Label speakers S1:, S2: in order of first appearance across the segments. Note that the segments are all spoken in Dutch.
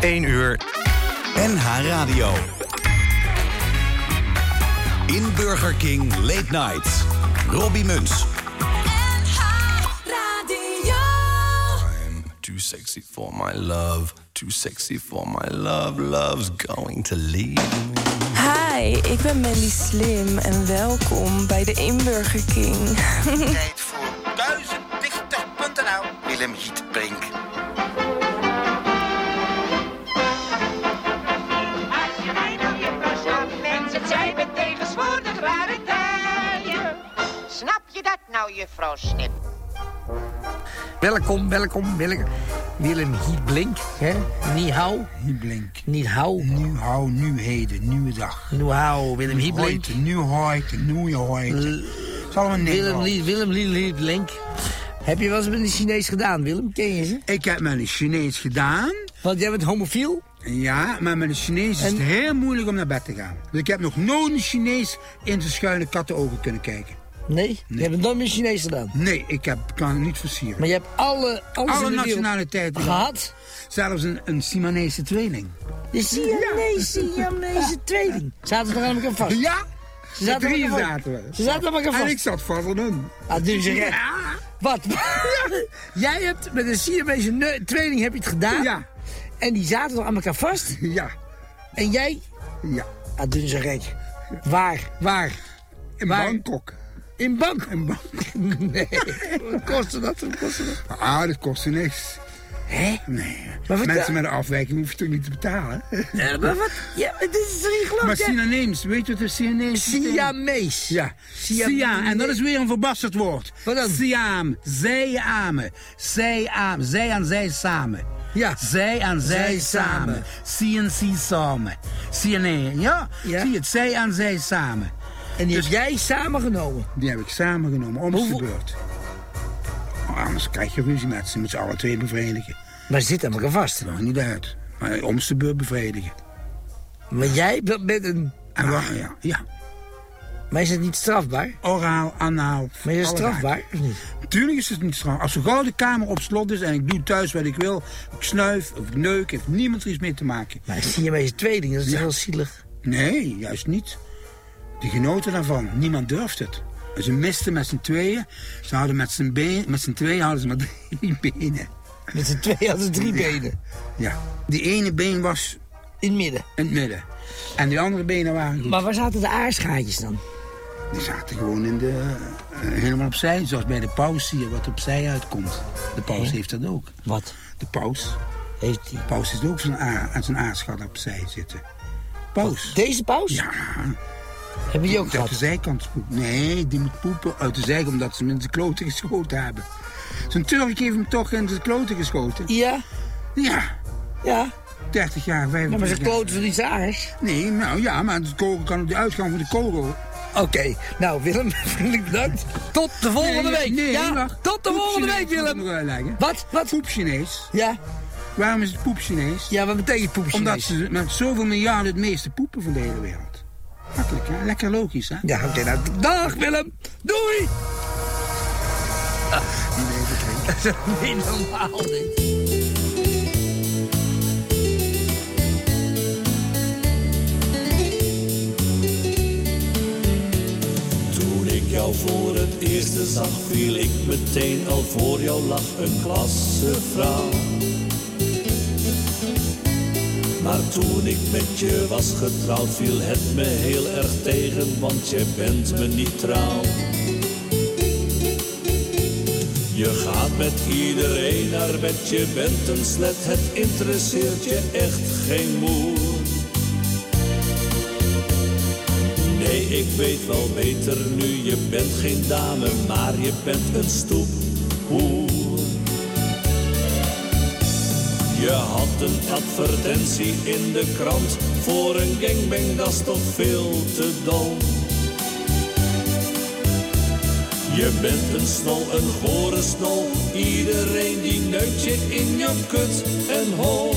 S1: 1 uur.
S2: NH Radio. In Burger King Late Night. Robbie Muns.
S3: Too sexy for my love. Too sexy for my love. Love's going to leave.
S4: Hi, ik ben Mandy Slim en welkom bij de Inburger King.
S5: Tijd voor duizenddichter.nl Willem Hietbrink.
S6: Als je mij nou je pas aan mensen, het zijn me tegenwoordig rare tijden. Snap je dat nou, juffrouw Snip?
S7: Welkom, welkom, welkom. Willem Hietblink, hè? Niet hou.
S8: Hietblink.
S7: Niet hou.
S8: Nu hou, nu heden, nieuwe dag.
S7: Nu hou, Willem Hietblink.
S8: Hoyte, nu hoort, nu hoort. Het is allemaal
S7: Willem
S8: Nederlands.
S7: Lied, Willem Lied, Hietblink. Heb je wel eens met een Chinees gedaan, Willem? Ken je ze?
S8: Ik heb met een Chinees gedaan.
S7: Want jij bent homofiel?
S8: Ja, maar met een Chinees is het heel moeilijk om naar bed te gaan. Dus ik heb nog nooit een Chinees in zijn schuine kattenogen kunnen kijken.
S7: Nee? Je hebt het nooit met een Chinees gedaan.
S8: Nee, ik heb, kan het niet versieren.
S7: Maar je hebt alle... alles
S8: Alle
S7: in de wereld
S8: nationaliteiten
S7: Gehad?
S8: Zelfs een, een Simanese tweeling.
S7: De Siamese, Siamese tweeling. Zaten ze nog aan elkaar vast?
S8: Ja,
S7: Ze zaten
S8: met drieën
S7: aan elkaar
S8: zaten we.
S7: Ze zaten aan elkaar
S8: en ik
S7: vast.
S8: zat vast aan hem.
S7: Ah, dus je...
S8: Ja.
S7: Wat? Jij hebt met een Siamese neu- tweeling heb je het gedaan?
S8: Ja.
S7: En die zaten nog aan elkaar vast?
S8: Ja,
S7: En jij?
S8: ja.
S7: Ah, doen ze gek. Waar? Waar?
S8: In
S7: Waar?
S8: Bangkok.
S7: In bank?
S8: In Bangkok.
S7: Nee. Wat kostte dat? Wat kostte dat?
S8: Ah, dat kostte niks.
S7: Hé?
S8: Nee.
S7: Maar wat-
S8: Mensen met een afwijking hoef je toch niet te betalen?
S7: Eh, maar wat? Ja, dit is toch niet
S8: Maar
S7: geloof hè?
S8: Sinaneems, weet je wat een Sinaneems
S7: Siamees.
S8: Ja,
S7: Siam-
S8: Siam. En dat is weer een verbasterd woord.
S7: Wat dan?
S8: Siam, zij amen. Zij amen, zij en zij samen.
S7: Ja.
S8: Zij en zij,
S7: Zij samen.
S8: samen. CNC samen. CNN, ja.
S7: Ja.
S8: Zie je het, zij en zij samen. Dus-
S7: En die heb jij samengenomen.
S8: Die heb ik samengenomen, om de
S7: Hoeveel-
S8: beurt. Oh, anders krijg je ruzie met ze, met z'n allen twee bevredigen.
S7: Maar ze zitten aan elkaar vast.
S8: Dat mag niet uit. Maar om de beurt bevredigen.
S7: Maar jij bent met een...
S8: En waar, ja. ja.
S7: Maar is het niet strafbaar?
S8: Oraal, anaal.
S7: Maar is het
S8: allerlei.
S7: strafbaar? Of niet?
S8: Tuurlijk is het niet straf. Als zo gauw de kamer op slot is en ik doe thuis wat ik wil, ik snuif of ik neuk, heeft niemand er iets mee te maken.
S7: Maar een Siamese tweeling, dat is toch heel zielig.
S8: Nee, juist niet. Die genoten daarvan, niemand durft het. En Ze misten met z'n tweeën, ze hadden met z'n, been, met z'n tweeën hadden ze maar drie benen.
S7: Met z'n twee hadden ze drie benen.
S8: Ja, die ene been was
S7: In het midden.
S8: in het midden. En die andere benen waren goed.
S7: Maar waar zaten de aarsgaatjes dan?
S8: Die zaten gewoon in de, eh, helemaal opzij, zoals bij de paus hier, wat opzij uitkomt. De paus heeft dat ook.
S7: Wat?
S8: De paus,
S7: Heeft die...
S8: Paus is ook zijn aar, aan zijn aarschat opzij zitten. Paus.
S7: Deze pauze?
S8: Ja,
S7: Hebben die ook
S8: die op de
S7: gehad?
S8: zijkant poepen. Nee, die moet poepen uit de zijkant omdat ze hem in de kloten geschoten hebben. Zijn Turk heeft hem toch in de kloten geschoten?
S7: Ja,
S8: Ja,
S7: ja.
S8: 30 jaar, 25
S7: Ja, maar ze
S8: jaar.
S7: kloten van iets aards.
S8: Nee, nou ja, maar de kogel kan op de uitgang van de kogel.
S7: Oké, nou Willem, vriendelijk bedankt. Tot de volgende
S8: Nee,
S7: week.
S8: Nee,
S7: ja,
S8: wacht.
S7: tot de
S8: Poep
S7: volgende week
S8: Chinees moet ik
S7: Willem.
S8: nog uitleggen.
S7: Wat? Wat?
S8: Poep Chinees.
S7: Ja,
S8: Waarom is het poep Chinees?
S7: ja wat betekent poepje?
S8: Omdat ze met zoveel miljarden het meeste poepen van de hele wereld. Makkelijk, hè? Lekker logisch, hè?
S7: Ja, oké, nou, dag Willem. Doei. Dat is niet normaal dit.
S9: Toen ik jou voor het eerste zag, viel ik meteen al voor jou lag een klasse vrouw. Maar toen ik met je was getrouwd, viel het me heel erg tegen, want je bent me niet trouw. Je gaat met iedereen naar bed, je bent een slet, het interesseert je echt geen moer. Nee, ik weet wel beter nu, je bent geen dame, maar je bent een stoephoer. Je had een advertentie in de krant voor een gangbang, dat is toch veel te dom. Je bent een snol, een gore snol, iedereen die neukt je in je kut en hol.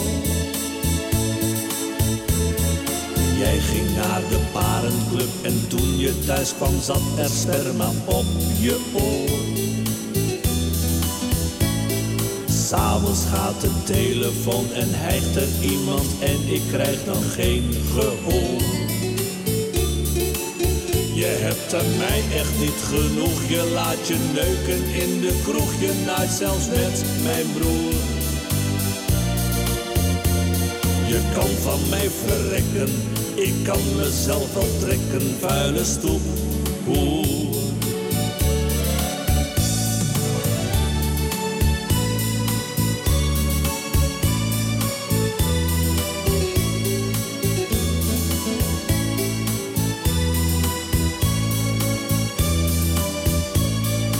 S9: Jij ging naar de parenclub en toen je thuis kwam zat er sperma op je oor. S'avonds gaat de telefoon en hijgt er iemand en ik krijg dan geen gehoor. Je hebt aan mij echt niet genoeg, je laat je neuken in de kroeg, je naait zelfs met mijn broer. Je kan van mij verrekken, ik kan mezelf wel trekken, vuile stoep. Hoer.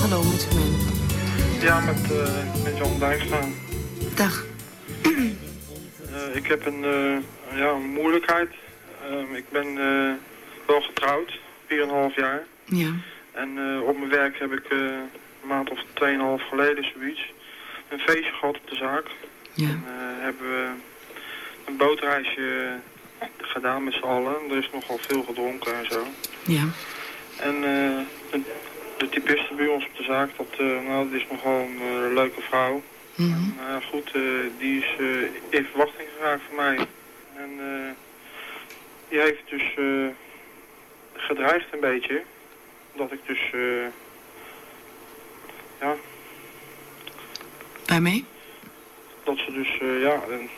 S10: Hallo, met Germain.
S11: Ja, met, eh, met Jan Dijkstra.
S10: Dag.
S11: Eh, ik heb een, eh, ja, een moeilijkheid. Ehm, ik ben eh, wel getrouwd, 4,5 jaar.
S10: Ja.
S11: En eh, op mijn werk heb ik eh, een maand of 2,5 geleden zoiets een feestje gehad op de zaak.
S10: Ja.
S11: Eh, hebben we een bootreisje gedaan met z'n allen. Er is nogal veel gedronken en zo.
S10: Ja.
S11: En eh, de, de typiste bij ons op de zaak, dat, eh, nou, dat is nogal een eh, leuke vrouw.
S10: Mhm.
S11: Nou ja, goed, eh, die is eh, in verwachting geraakt van mij. En eh, die heeft dus eh, gedreigd een beetje. Dat ik dus, eh, ja,
S10: Waarmee?
S11: dat ze dus, eh, ja, en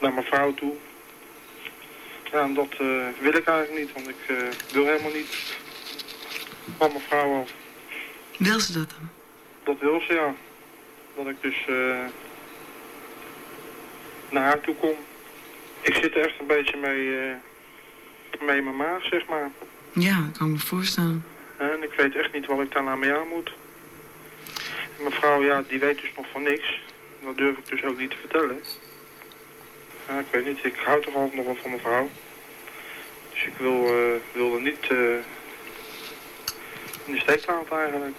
S11: naar mijn vrouw toe. Ja, en dat eh, wil ik eigenlijk niet, want ik eh, wil helemaal niet van mijn vrouw af.
S10: Wil ze dat dan?
S11: Dat wil ze, ja. Dat ik dus eh, naar haar toe kom. Ik zit er echt een beetje mee, eh, mee in mijn maag, zeg maar.
S10: Ja, dat kan ik me voorstellen.
S11: En ik weet echt niet wat ik daarna mee aan moet. En mijn vrouw, ja, die weet dus nog van niks. Dat durf ik dus ook niet te vertellen. Ja, ik weet niet, ik hou toch altijd nog wel van mijn vrouw. Dus ik wil, eh, wil er niet eh, in de steek laten eigenlijk.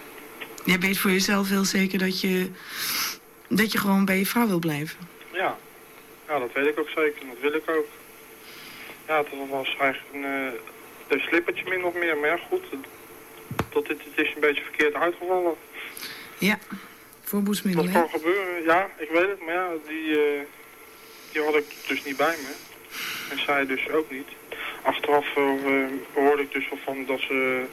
S10: Jij weet voor jezelf heel zeker dat je, dat je gewoon bij je vrouw wil blijven.
S11: Ja. ja, dat weet ik ook zeker. en Dat wil ik ook. Ja, dat was eigenlijk een, eh, een slippertje min of meer. Maar ja, goed, dat dit, het is een beetje verkeerd uitgevallen.
S10: Ja. Voorboedsmiddel,
S11: Dat
S10: hè?
S11: kan gebeuren, ja, ik weet het. Maar ja, die, eh, die had ik dus niet bij me. En zij dus ook niet. Achteraf eh, hoorde ik dus wel van dat ze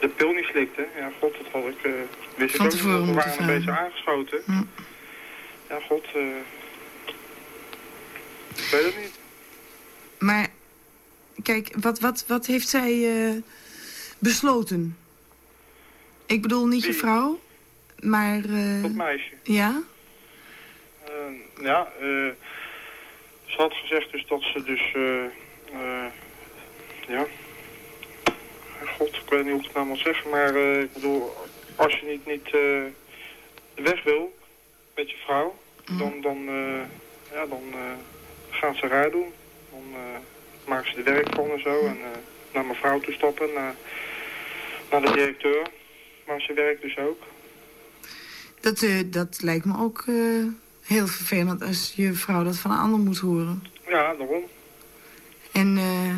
S11: de pil niet slikte. Ja, god, dat had ik, eh, wist
S10: Van
S11: ik ook niet.
S10: tevoren
S11: want We
S10: moeten
S11: waren een beetje
S10: vragen.
S11: aangeschoten.
S10: Hm.
S11: Ja, god, eh, ik weet het niet.
S10: Maar kijk, wat, wat, wat heeft zij eh, besloten? Ik bedoel niet je
S11: Wie?
S10: vrouw, maar... eh,
S11: Dat meisje.
S10: ja?
S11: Eh, ja, eh, ze had gezegd dus dat ze dus, eh, eh, ja, god, ik weet niet hoe ik het nou moet zeggen, maar eh, ik bedoel, als je niet, niet eh, weg wil met je vrouw, dan, dan, eh, ja, dan eh, gaan ze raar doen. Dan eh, maken ze er werk van en zo en eh, naar mijn vrouw toe stappen, naar, naar de directeur, maar ze werkt dus ook.
S10: Dat, eh, dat lijkt me ook eh, heel vervelend als je vrouw dat van een ander moet horen.
S11: Ja, daarom.
S10: En eh,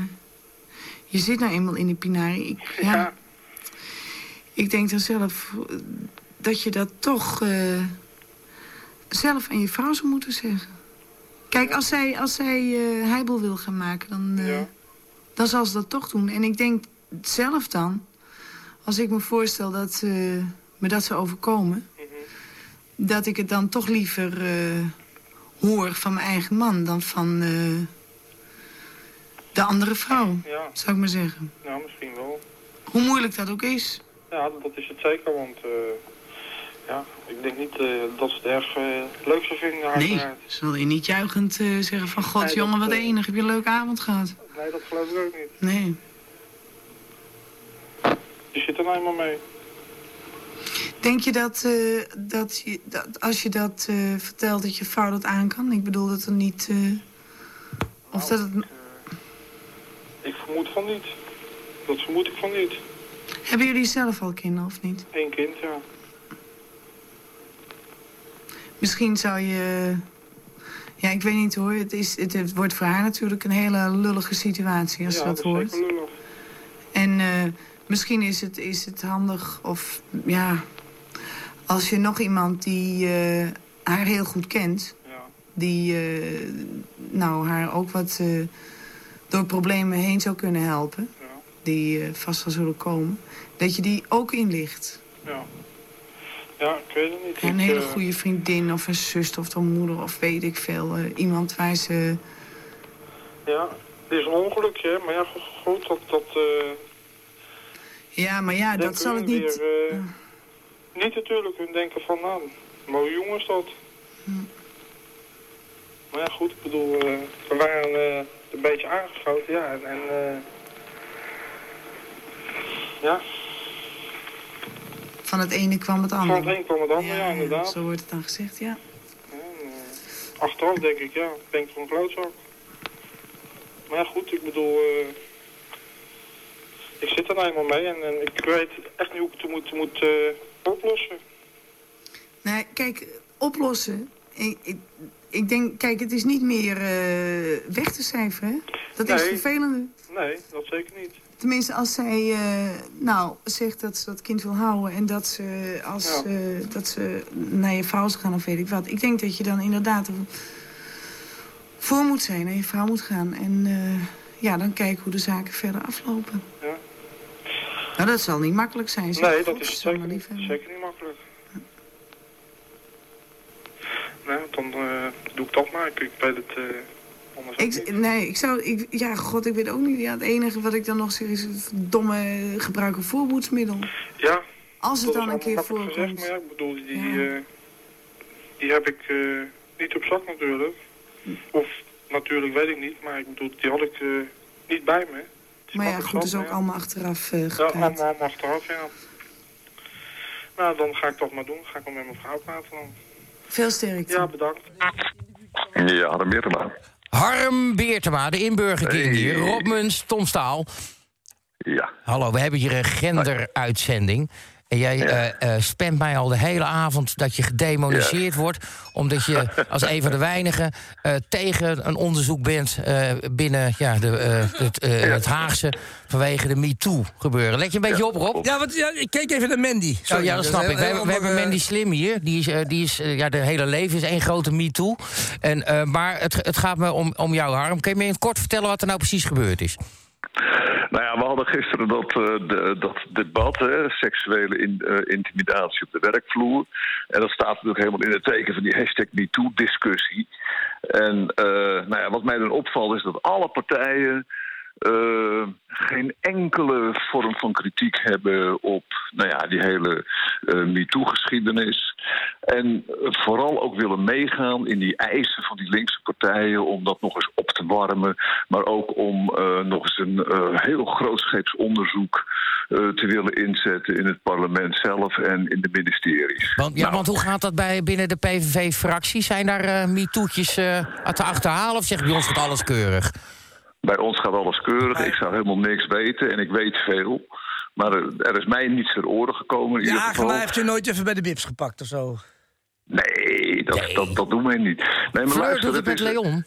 S10: je zit nou eenmaal in die pinari. Ik, ja,
S11: ja.
S10: ik denk dan zelf eh, dat je dat toch eh, zelf aan je vrouw zou moeten zeggen. Kijk, als zij, als zij eh, heibel wil gaan maken, dan, eh,
S11: Ja.
S10: dan zal ze dat toch doen. En ik denk zelf dan, als ik me voorstel dat eh, me dat zou overkomen...
S11: Mhm.
S10: dat ik het dan toch liever eh, hoor van mijn eigen man dan van eh, de andere vrouw,
S11: Ja.
S10: zou ik maar zeggen.
S11: Nou, misschien wel.
S10: Hoe moeilijk dat ook is.
S11: Ja, dat is het zeker, want eh, ja, ik denk niet eh, dat ze het erg eh, leuk zou vinden.
S10: Nee,
S11: uiteraard.
S10: zal je niet juichend eh, zeggen van... God,
S11: Nee, dat,
S10: jongen, wat
S11: eh,
S10: enig, heb je een leuke avond gehad.
S11: Nee, dat geloof ik ook niet.
S10: Nee.
S11: Je zit er nou eenmaal mee.
S10: Denk je dat, eh, dat, je, dat als je dat eh, vertelt, dat je vrouw dat aan kan? Ik bedoel dat er niet... eh, of dat het...
S11: Ik vermoed van niet. Dat vermoed ik van niet.
S10: Hebben jullie zelf al kinderen of niet?
S11: Eén kind, ja.
S10: Misschien zou je... Ja, ik weet niet hoor. Het, is, het, het wordt voor haar natuurlijk een hele lullige situatie als
S11: ja,
S10: ze dat
S11: is
S10: hoort.
S11: zeker lullig.
S10: En eh, misschien is het, is het handig of ja... Als je nog iemand die eh, haar heel goed kent... die eh, nou, haar ook wat eh, door problemen heen zou kunnen helpen... die eh, vast wel zullen komen... dat je die ook inlicht.
S11: Ja. Ja, ik weet het niet.
S10: Een
S11: Ik,
S10: hele
S11: eh,
S10: goede vriendin of een zus of een moeder of weet ik veel. eh, iemand waar ze...
S11: Ja, het is een ongelukje, hè, maar ja, go- goed, dat... dat eh,
S10: Ja, maar ja,
S11: denken
S10: dat zal
S11: hun
S10: het niet...
S11: weer, eh, niet natuurlijk hun denken van, nou, mooi jongens dat.
S10: Hm.
S11: Maar ja, goed, ik bedoel, eh, we waren eh, een beetje aangeschoten, ja, en... en eh, ja,
S10: Van het ene kwam het andere.
S11: Van het een kwam het ander, ja, inderdaad. eh,
S10: Zo wordt het dan gezegd, ja.
S11: achteraf denk ik, ja, ik denk van klootzak. Maar ja, goed, ik bedoel, eh, ik zit er nou eenmaal mee en, en ik weet echt niet hoe ik het moet, moet eh, oplossen.
S10: Nee, kijk, oplossen. Ik, ik, ik denk, kijk, het is niet meer eh, weg te cijferen. hè? Dat is
S11: Nee.
S10: vervelender.
S11: Nee, dat zeker niet.
S10: Tenminste, als zij eh, nou, zegt dat ze dat kind wil houden... en dat ze, als, eh, dat ze naar je vrouw is gaan of weet ik wat. Ik denk dat je dan inderdaad er voor moet zijn, naar je vrouw moet gaan. En eh, ja, dan kijken hoe de zaken verder aflopen.
S11: Ja.
S10: Nou, dat zal niet makkelijk zijn. zeg.
S11: Nee, dat is
S10: Godzang,
S11: zeker niet,
S10: liefhebber.
S11: zeker niet makkelijk. Nou, dan eh, doe ik dat maar. Ik, ik weet het eh anders ook niet.
S10: Ik, nee, ik zou... Ik, ja, god, ik weet ook niet. Ja, het enige wat ik dan nog zeg is... domme gebruiken voorboedsmiddel.
S11: Ja.
S10: Als het
S11: dat is
S10: dan een keer
S11: allemaal makkelijk gezegd,
S10: voorkomt.
S11: Maar ja, ik bedoel, die, die, eh, die heb ik eh, niet op zak natuurlijk. Of natuurlijk weet ik niet, maar ik bedoel, die had ik eh, niet bij me.
S10: Maar ja, goed, is ook allemaal achteraf eh
S11: Ja,
S10: gepraat.
S11: allemaal achteraf, ja. Nou, dan ga ik dat maar doen. Ga ik hem met mijn vrouw praten dan.
S10: Veel sterkte.
S11: Ja, bedankt.
S12: Ja, Harm Beertema.
S13: Harm Beertema, de inburgerking
S12: Hey.
S13: hier. Rob Muns, Tom Staal.
S12: Ja.
S13: Hallo, we hebben hier een genderuitzending. En jij eh, eh, spamt mij al de hele avond dat je gedemoniseerd wordt... omdat je als een van de weinigen eh, tegen een onderzoek bent... eh, binnen ja, de, eh, het, eh, het Haagse vanwege de MeToo-gebeuren. Let je een beetje op, Rob?
S14: Ja, want ja, ik keek even naar Mandy.
S13: Oh, ja, dat snap ik. We, hebben- we hebben Mandy Slim hier. Die is, eh, die is, eh, ja, de hele leven is één grote MeToo. En, eh, maar het, het gaat me om, om jou, Harm. Kun je me in het kort vertellen wat er nou precies gebeurd is?
S12: Nou ja, we hadden gisteren dat, eh, de- dat debat, hè, seksuele in- eh, intimidatie op de werkvloer. En dat staat natuurlijk helemaal in het teken van die hashtag MeToo-discussie. En eh, nou ja, wat mij dan opvalt is dat alle partijen eh, geen enkele vorm van kritiek hebben op nou ja, die hele eh MeToo-geschiedenis. En eh, vooral ook willen meegaan in die eisen van die linkse partijen om dat nog eens op te warmen. Maar ook om eh, nog eens een eh, heel grootscheeps onderzoek eh, te willen inzetten in het parlement zelf en in de ministeries.
S13: Want, ja, want hoe gaat dat bij, binnen de PVV-fractie? Zijn daar eh MeToo'tjes eh, te achterhalen of zegt bij ons gaat alles keurig?
S12: Bij ons gaat alles keurig. Ik zou helemaal niks weten en ik weet veel. Maar eh, er is mij niets ter oren gekomen. In
S14: Ja,
S12: ieder geval.
S14: Agema heeft je nooit even bij de bips gepakt of zo.
S12: Nee, dat, dat, dat doen wij niet. Nee,
S14: Fleur
S12: maar
S14: doet
S12: luister,
S14: het
S12: dat
S14: met
S12: is,
S13: Leon.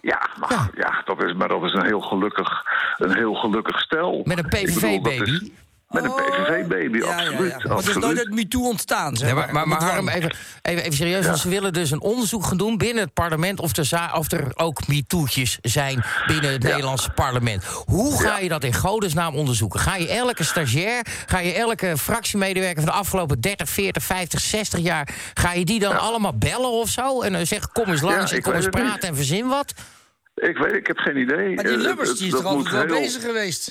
S12: Ja, maar, ja. dat is, maar dat is een heel gelukkig, een heel gelukkig stel.
S13: Met een
S12: Ik bedoel, dat
S13: PVV-baby?
S12: is- Met een PVV-baby, absoluut.
S14: Want er is nooit
S12: absoluut.
S14: het MeToo ontstaan, zeg
S13: Ja, maar, maar, maar Harm, even, even, even serieus.
S12: Ja.
S13: Want ze willen dus een onderzoek gaan doen binnen het parlement... of er, za- of er ook MeToo'tjes zijn binnen het Nederlandse parlement. Hoe ga je dat in godesnaam onderzoeken? Ga je elke stagiair, ga je elke fractiemedewerker... van de afgelopen 30, 40, 50, 60 jaar... ga je die dan allemaal bellen of zo? En dan zeggen, kom eens
S12: Ja,
S13: langs en
S12: ik
S13: kom
S12: weet
S13: eens
S12: het niet.
S13: praten en verzin wat?
S12: Ik weet, ik heb geen idee.
S14: Maar die
S12: Eh,
S14: Lubbers,
S12: het-
S14: die is
S12: dat
S14: er altijd
S12: moet
S14: wel
S12: heel-
S14: bezig geweest.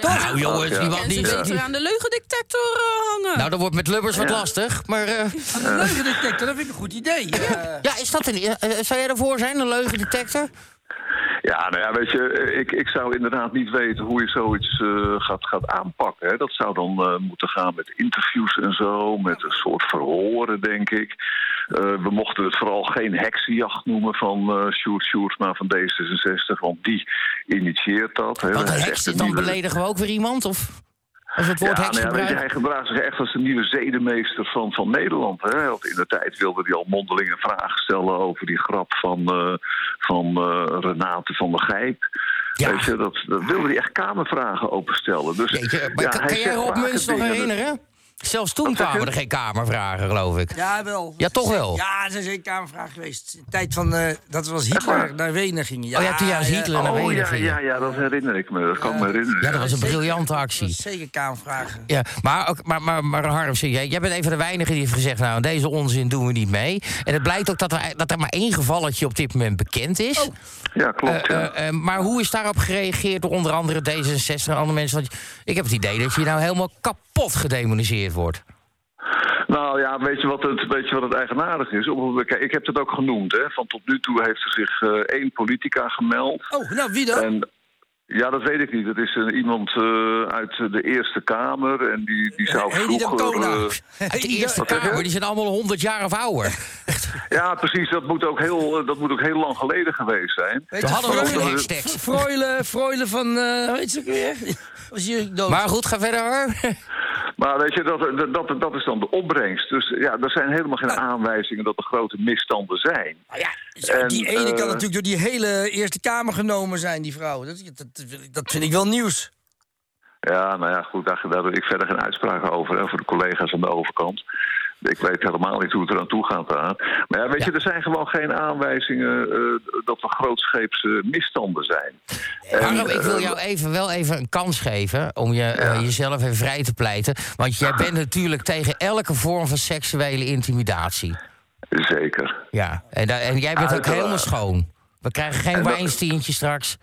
S13: Nou jongens, die eh, wat
S12: En ze
S13: niet...
S12: weten
S13: die-
S7: aan de leugendetector eh, hangen.
S13: Nou, dat wordt met Lubbers wat lastig, maar... eh,
S14: Een leugendetector, dat vind ik een goed idee. Ja.
S13: ja, is dat een... eh, eh, zou jij ervoor zijn, een leugendetector?
S12: Ja, nou ja, weet je, eh, ik, ik zou inderdaad niet weten hoe je zoiets eh, gaat, gaat aanpakken. Hè. Dat zou dan eh, moeten gaan met interviews en zo, met een soort verhoren, denk ik. Eh, we mochten het vooral geen heksenjacht noemen van eh Sjoerd Sjoerdsma van D66, want die initieert dat. Hè.
S13: Want
S12: Dat
S13: een
S12: is
S13: heks,
S12: echt een
S13: dan
S12: nieuwe-
S13: beledigen we ook weer iemand? Of als we het woord heks
S12: nou ja, weet je,
S13: gebruiken?
S12: hij gedraagt zich echt als de nieuwe zedemeester van, van Nederland. Hè? Want in de tijd wilde hij al mondelinge vragen stellen over die grap van, eh, van eh, Renate van der Gijp. Weet je, dat, dat wilde hij echt kamervragen openstellen. Dus,
S13: Jeetje, maar kan,
S12: hij
S13: kan jij
S12: zegt
S13: Rob
S12: vaker
S13: Muns nog
S12: dingen, dus-
S13: herinneren? Zelfs toen
S7: Wat zeg
S13: kwamen
S7: je?
S13: er geen kamervragen, geloof ik.
S7: Ja, wel.
S13: Ja, toch wel?
S7: Ja, dat is een Kamervraag geweest. In de tijd van, eh, dat was Hitler naar Wenen ging.
S13: Oh ja, toen juist Hitler naar Wenen
S12: ja,
S13: ging.
S12: ja, ja, dat herinner ik me. Dat kan ik me herinneren.
S13: Ja, dat was een briljante actie.
S7: Zeker Kamervragen.
S13: Ja, maar, ook- maar, maar, maar Harm, zie jij, jij bent een van de weinigen die heeft gezegd... nou, deze onzin doen we niet mee. En het blijkt ook dat er, dat er maar één gevalletje op dit moment bekend is.
S12: Oh. Ja, klopt.
S13: Eh, eh, eh, maar hoe is daarop gereageerd door onder andere D66 en andere mensen? Want ik heb het idee dat je nou helemaal kapot gedemoniseerd wordt.
S12: Nou ja, weet je wat het, weet je wat het eigenaardig is? Op- kijk, Ik heb het ook genoemd, hè. Van tot nu toe heeft er zich eh, één politica gemeld.
S7: Oh, nou wie dan?
S12: En, ja, dat weet ik niet. Dat is eh, iemand eh, uit de Eerste Kamer. En die, die zou
S13: Hedy
S12: vroeger...
S13: D'Ancona.
S12: eh,
S13: Uit de Eerste
S12: Wat zeg je?
S13: Kamer, die zijn allemaal 100 jaar of ouder.
S12: Ja, precies. Dat moet, ook heel, eh, dat moet ook heel lang geleden geweest zijn.
S13: Toen hadden we
S12: Maar
S13: nog geen
S12: dat-
S13: hashtags.
S7: Froilen, Froilen van, eh weet je ook weer? Was hier dood.
S13: Maar goed, ga verder hoor.
S12: Maar weet je, dat, dat, dat is dan de opbrengst. Dus ja, er zijn helemaal geen aanwijzingen dat er grote misstanden zijn. En,
S7: die ene
S12: eh,
S7: kan natuurlijk door die hele Eerste Kamer genomen zijn, die vrouw. Dat, dat, dat vind ik wel nieuws.
S12: Ja, nou ja, goed, daar, daar doe ik verder geen uitspraken over. En voor de collega's aan de overkant. Ik weet helemaal niet hoe het eraan toe gaat daar. Maar ja, weet je, er zijn gewoon geen aanwijzingen eh, dat er grootscheepse misstanden zijn. En,
S13: Harm, ik wil
S12: eh,
S13: jou even, wel even een kans geven om je, eh, jezelf even vrij te pleiten. Want jij bent natuurlijk tegen elke vorm van seksuele intimidatie.
S12: Zeker.
S13: Ja, en, da- en jij bent ook
S12: Uiteraard.
S13: helemaal schoon. We krijgen geen
S12: En dat-
S13: wijnstientje straks.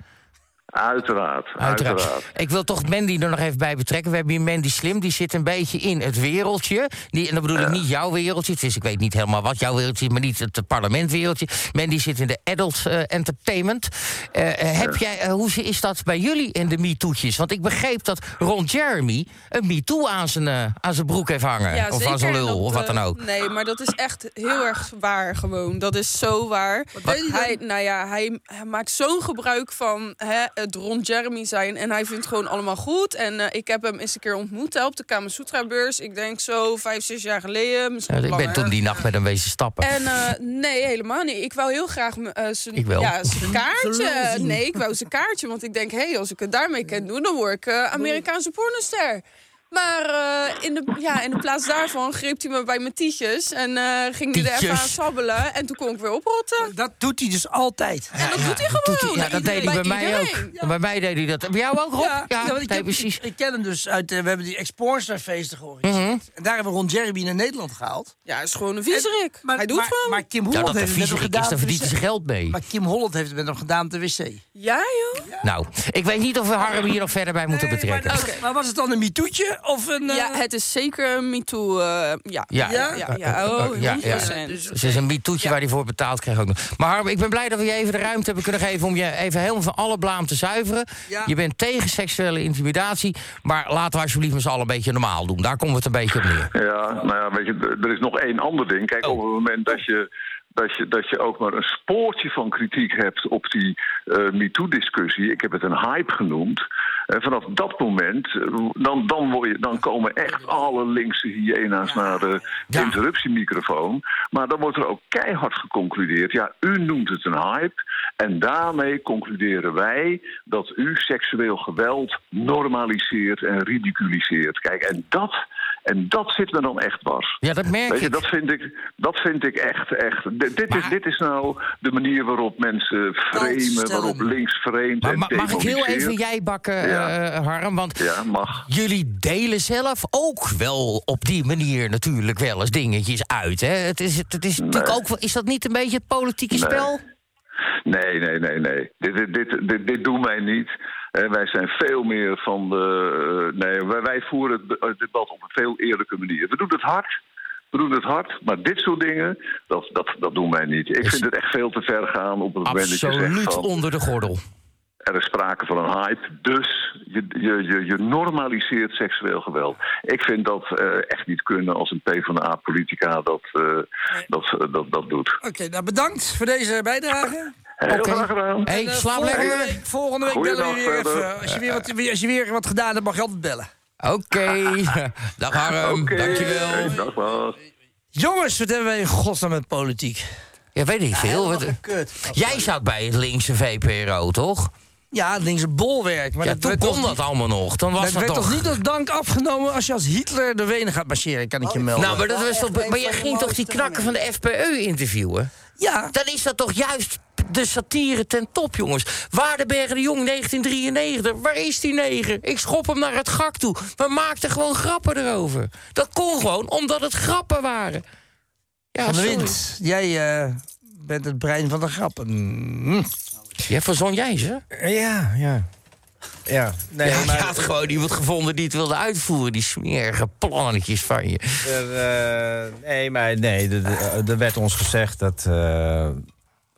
S12: Uiteraard,
S13: Uiteraard.
S12: uiteraard.
S13: Ik wil toch Mandy er nog even bij betrekken. We hebben hier Mandy Slim, die zit een beetje in het wereldje. Die, en dan bedoel ik niet jouw wereldje. Het is, ik weet niet helemaal wat jouw wereldje is, maar niet het eh, parlementwereldje. Mandy zit in de adult eh, entertainment. Eh, eh, heb jij, eh, hoe is dat bij jullie in de MeToo'tjes? Want ik begreep dat Ron Jeremy een MeToo aan zijn, eh, aan zijn broek heeft hangen.
S7: Ja,
S13: of
S7: zeker.
S13: aan zijn lul,
S7: En dat,
S13: of wat dan
S7: eh,
S13: ook.
S4: Nee, maar dat is echt heel erg waar gewoon. Dat is zo waar. hij, nou ja, hij, hij maakt zo'n gebruik van hè, het rond Jeremy zijn. En hij vindt het gewoon allemaal goed. En eh, ik heb hem eens een keer ontmoet hè, op de Kamasutra-beurs. Ik denk zo vijf, zes jaar geleden. Misschien
S13: Ja, ik ben
S4: langer.
S13: toen die nacht met hem wezen stappen.
S4: En eh, nee, helemaal niet. Ik wou heel graag m- eh, zijn
S13: Ik wel.
S4: ja, zijn
S13: Zijn
S4: kaartje.
S13: lul zien.
S4: Nee, ik wou zijn kaartje. Want ik denk, hé, hey, als ik het daarmee kan doen, dan word ik eh, Amerikaanse pornoster. Maar eh, in, de, ja, in de plaats daarvan greep hij me bij mijn tietjes. En eh, ging hij er even
S13: Tietjes.
S4: aan sabbelen. En toen kon ik weer oprotten.
S7: Dat doet hij dus altijd.
S4: En dat doet hij
S13: Dat doet
S4: gewoon.
S13: hij- ja, dat deed hij bij, mij ook. Bij mij deed hij dat. Bij jou ook, Rob? Ja,
S7: want ik,
S13: nee,
S7: heb-
S13: precies.
S7: Ik, ik ken hem dus uit. eh, we hebben die Exportstarfeesten georganiseerd.
S13: Mhm.
S7: En daar hebben we Ron Jeremy naar Nederland gehaald.
S4: Ja, hij is gewoon een viezerik.
S7: Hij doet maar,
S4: gewoon.
S7: Maar Kim
S13: Ja,
S7: Holland heeft het
S13: dat een
S7: met hem
S13: viezerik
S7: gedaan.
S13: is, daar
S7: op de
S13: verdient hij
S7: wc.
S13: zijn geld mee.
S7: Maar Kim Holland heeft het met hem gedaan op de wc.
S4: Ja, joh.
S13: Nou, ik weet niet of we Harm hier nog verder bij moeten betrekken.
S7: Maar, maar was het dan een MeToo'tje of een... eh,
S4: Ja, het is zeker een MeToo. eh, ja.
S13: Ja,
S4: ja, ja. ja. Oh,
S13: ja, ja.
S4: 100%.
S13: Dus het is een mitoetje waar hij voor betaald kreeg ook nog. Maar Harm, ik ben blij dat we je even de ruimte hebben kunnen geven... om je even helemaal van alle blaam te zuiveren. Je bent tegen seksuele intimidatie. Maar laten we alsjeblieft met z'n allen een beetje normaal doen. Daar komt het een beetje op neer.
S12: Ja, nou ja, weet je, d- er is nog één ander ding. Kijk, op het moment dat je, dat, je, dat je ook maar een spoortje van kritiek hebt op die eh MeToo-discussie, ik heb het een hype genoemd. En vanaf dat moment, eh, dan, dan, word je, dan komen echt alle linkse hyena's naar de interruptiemicrofoon. Maar dan wordt er ook keihard geconcludeerd. Ja, u noemt het een hype. En daarmee concluderen wij dat u seksueel geweld normaliseert en ridiculiseert. Kijk, en dat en dat zit me dan echt dwars.
S13: Ja, dat merk
S12: Weet je,
S13: ik.
S12: dat vind ik, dat vind ik echt, echt. D- dit, is, dit is nou de manier waarop mensen framen, waarop links framed en
S13: Ma- mag ik heel
S12: demoniseert.
S13: even jij bakken, eh,
S12: Ja.
S13: eh, Harm? Want
S12: Ja, mag.
S13: jullie delen zelf ook wel op die manier natuurlijk wel eens dingetjes uit. Hè? Het is, het is natuurlijk ook wel, is dat niet een beetje het politieke
S12: Nee.
S13: spel?
S12: Nee, nee, nee, nee. Dit, dit, dit, dit, dit doen wij niet. Eh, wij zijn veel meer van de... eh, nee, wij, wij voeren het, be- het debat op een veel eerlijke manier. We doen het hard. We doen het hard, maar dit soort dingen, dat, dat, dat doen wij niet. Ik vind het echt veel te ver gaan op het moment dat dus je zegt
S13: Absoluut
S12: van...
S13: onder de gordel.
S12: Er is sprake van een hype, dus je, je, je, je normaliseert seksueel geweld. Ik vind dat eh, echt niet kunnen als een PvdA-politica dat, eh, dat, eh, dat, dat doet.
S7: Oké, nou bedankt voor deze bijdrage.
S12: Heel graag gedaan.
S7: En, eh, volgende Week, volgende week bellen we
S12: Goeiedag
S7: weer
S12: verder.
S7: even. Als je weer, wat, als je weer wat gedaan hebt, mag je altijd bellen.
S13: Oké, dag Harm, dankjewel.
S12: Hey, dag, dag.
S7: Jongens, wat hebben wij in godsnaam met politiek?
S13: Ja, weet ik veel. Wat-
S7: Oh, Kut.
S13: Jij zat bij het linkse VPRO, toch?
S7: Ja, dat ding is een bolwerk. Maar
S13: Ja,
S7: dat
S13: toen
S7: werd
S13: kon
S7: toch
S13: dat
S7: niet-
S13: allemaal nog. Dan was dat
S7: werd
S13: toch-
S7: toch niet als dank afgenomen als je als Hitler de Wenen gaat marcheren, kan ik
S15: Oh,
S7: je melden.
S13: Nou, maar, dat was toch, maar jij ging toch die knakken van de FPE interviewen?
S7: Ja.
S13: Dan is dat toch juist de satire ten top, jongens. Waardenbergen de Jong, 1993. Waar is die neger? Ik schop hem naar het gak toe. We maakten gewoon grappen erover. Dat kon gewoon omdat het grappen waren. Ja,
S7: Van de
S13: sorry.
S7: Wind, jij eh, bent het brein van de grappen.
S13: Jij verzon jij ze?
S7: Ja, ja. Ja, nee,
S13: ja,
S7: maar-
S13: je had gewoon iemand gevonden die het wilde uitvoeren. Die smerige plannetjes van je.
S15: Er, eh, nee, maar nee, de- de- er werd ons gezegd dat eh,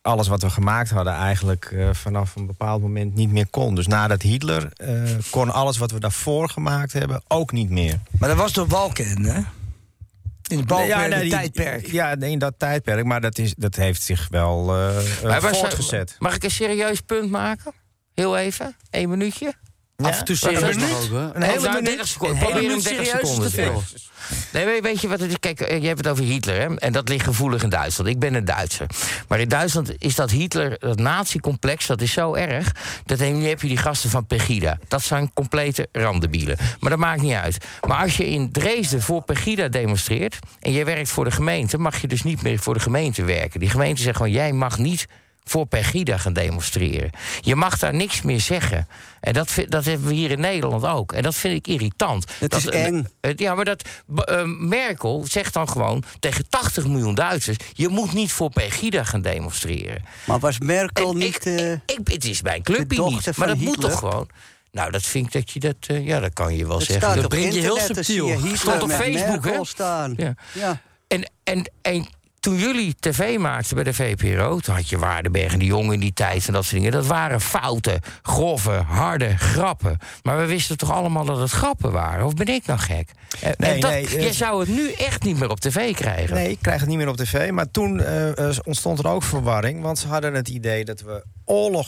S15: alles wat we gemaakt hadden eigenlijk eh, vanaf een bepaald moment niet meer kon. Dus nadat Hitler eh, kon alles wat we daarvoor gemaakt hebben ook niet meer.
S7: Maar dat was door Balken, hè? In het Balken
S15: nee, die-
S7: tijdperk.
S15: Ja, nee, in dat tijdperk, maar dat, is, dat heeft zich wel eh, eh,
S13: Maar was-
S15: voortgezet.
S13: Mag ik een serieus punt maken? Heel even, één minuutje.
S15: Af en toe serieus
S13: Dat is
S15: nog
S13: nog
S15: ook, hè? Een
S13: Een
S15: hele
S13: hele
S15: minuut.
S13: 30 seconden.
S15: Een hele
S13: Probeer hem
S15: minuut
S13: 30
S15: serieus
S13: seconden
S15: is
S13: te
S15: te veel.
S13: vullen. Nee, weet- weet je wat het is? Kijk, eh, je hebt het over Hitler, hè? En dat ligt gevoelig in Duitsland. Ik ben een Duitser. Maar in Duitsland is dat Hitler, dat nazi-complex, dat is zo erg... dat en nu heb je die gasten van Pegida. Dat zijn complete randebielen. Maar dat maakt niet uit. Maar als je in Dresden voor Pegida demonstreert... en je werkt voor de gemeente, mag je dus niet meer voor de gemeente werken. Die gemeente zegt gewoon, jij mag niet voor Pegida gaan demonstreren. Je mag daar niks meer zeggen. En dat, vind- dat hebben we hier in Nederland ook. En dat vind ik irritant. Het
S16: is eng.
S13: Ehm, ja, maar dat, b- eh, Merkel zegt dan gewoon tegen 80 miljoen Duitsers... je moet niet voor Pegida gaan demonstreren.
S16: Maar was Merkel niet... eh,
S13: Ik, het is mijn clubje
S16: dochter
S13: niet,
S16: van
S13: maar dat moet
S16: Hitler?
S13: toch gewoon... Nou, dat vind ik dat je dat... eh, ja, dat kan je wel
S16: Het
S13: zeggen.
S16: staat
S13: dat
S16: op
S13: brengt
S16: internet, dan zie je Hitler
S13: Stond op
S16: met
S13: Facebook, hè?
S16: Merkel staan.
S13: Ja.
S16: Ja.
S13: En, en, en toen jullie tv maakten bij de VPRO... toen had je Waardenberg en de Jong in die tijd en dat soort dingen. Dat waren fouten, grove, harde grappen. Maar we wisten toch allemaal dat het grappen waren? Of ben ik nou gek? Eh,
S15: Nee,
S13: en dat,
S15: nee, eh,
S13: je zou het nu echt niet meer op tv krijgen.
S15: Nee, ik krijg het niet meer op tv. Maar toen eh, eh, ontstond er ook verwarring. Want ze hadden het idee dat we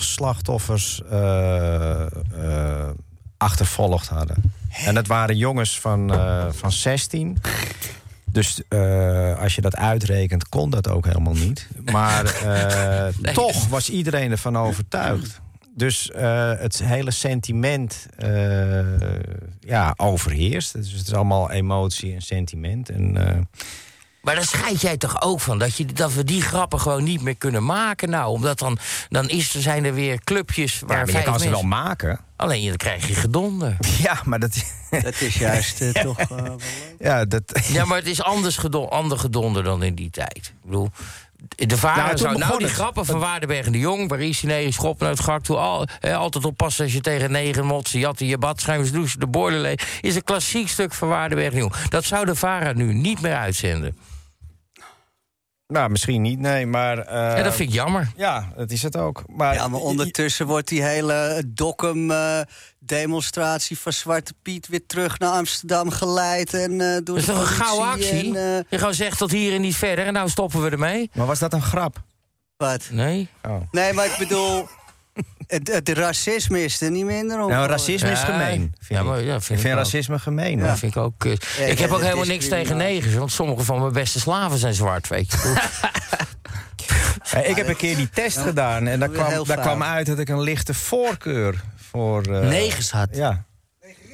S15: oorlogsslachtoffers eh, eh, achtervolgd hadden. En dat waren jongens van, eh, van 16. Dus eh, als je dat uitrekent, kon dat ook helemaal niet. Maar eh, toch was iedereen ervan overtuigd. Dus eh, het hele sentiment eh, ja, overheerst. Dus het is allemaal emotie en sentiment. En, eh,
S13: Maar daar scheid jij toch ook van? Dat, je, dat we die grappen gewoon niet meer kunnen maken? Nou, omdat dan, dan is, er- zijn er weer clubjes waar
S15: maar je
S13: vijf
S15: kan ze wel
S13: mensen-
S15: maken.
S13: Alleen je- dan krijg je gedonder.
S15: Ja, maar dat...
S16: Dat is juist eh, toch... eh, wel-
S15: Ja, dat...
S13: Ja, maar het is anders gedon, ander gedonder dan in die tijd. Ik bedoel, de vader
S15: Nou, toen
S13: zou... Nou,
S15: begon
S13: die
S15: het.
S13: grappen van
S15: Het-
S13: Waardenberg en de Jong... waar is die schoppen uit het gak toe... Al, hè, altijd oppassen als je tegen negen motsen... jatten je bad, schrijvers douchen, de boiler leeg... is een klassiek stuk van Waardenberg en de Jong. Dat zou de VARA nu niet meer uitzenden.
S15: Nou, misschien niet, nee, maar... eh,
S13: Ja, dat vind ik jammer.
S15: Ja, dat is het ook. Maar,
S16: ja, maar ondertussen wordt die hele Dokkum-demonstratie van Zwarte Piet weer terug naar Amsterdam geleid. En, eh door
S13: Dat is
S16: de
S13: toch een gouden
S16: politie
S13: actie?
S16: en, eh,
S13: Je gewoon zegt tot hier en niet verder... en nou stoppen we ermee.
S15: Maar was dat een grap? Oh.
S16: Wat?
S13: Nee.
S16: Nee, maar ik bedoel, het, het racisme is er niet minder om.
S15: Nou, racisme is
S13: Ja,
S15: gemeen. Vind
S13: ja, maar-
S15: ik.
S13: ja, vind
S15: ik
S13: ik
S15: vind
S13: ook.
S15: racisme gemeen.
S13: Ja,
S15: hoor.
S13: vind ik ook kut.
S15: Ja,
S13: ik heb
S15: ja,
S13: ook
S15: dat
S13: helemaal
S15: is
S13: niks tegen
S15: crimineel.
S13: negers... want sommige van mijn beste slaven zijn zwart, weet je.
S15: Eh, ik heb een keer die test gedaan en daar
S13: Weer heel
S15: kwam, daar
S13: fout.
S15: kwam uit dat ik een lichte voorkeur voor... eh,
S13: Negers had.
S15: Ja.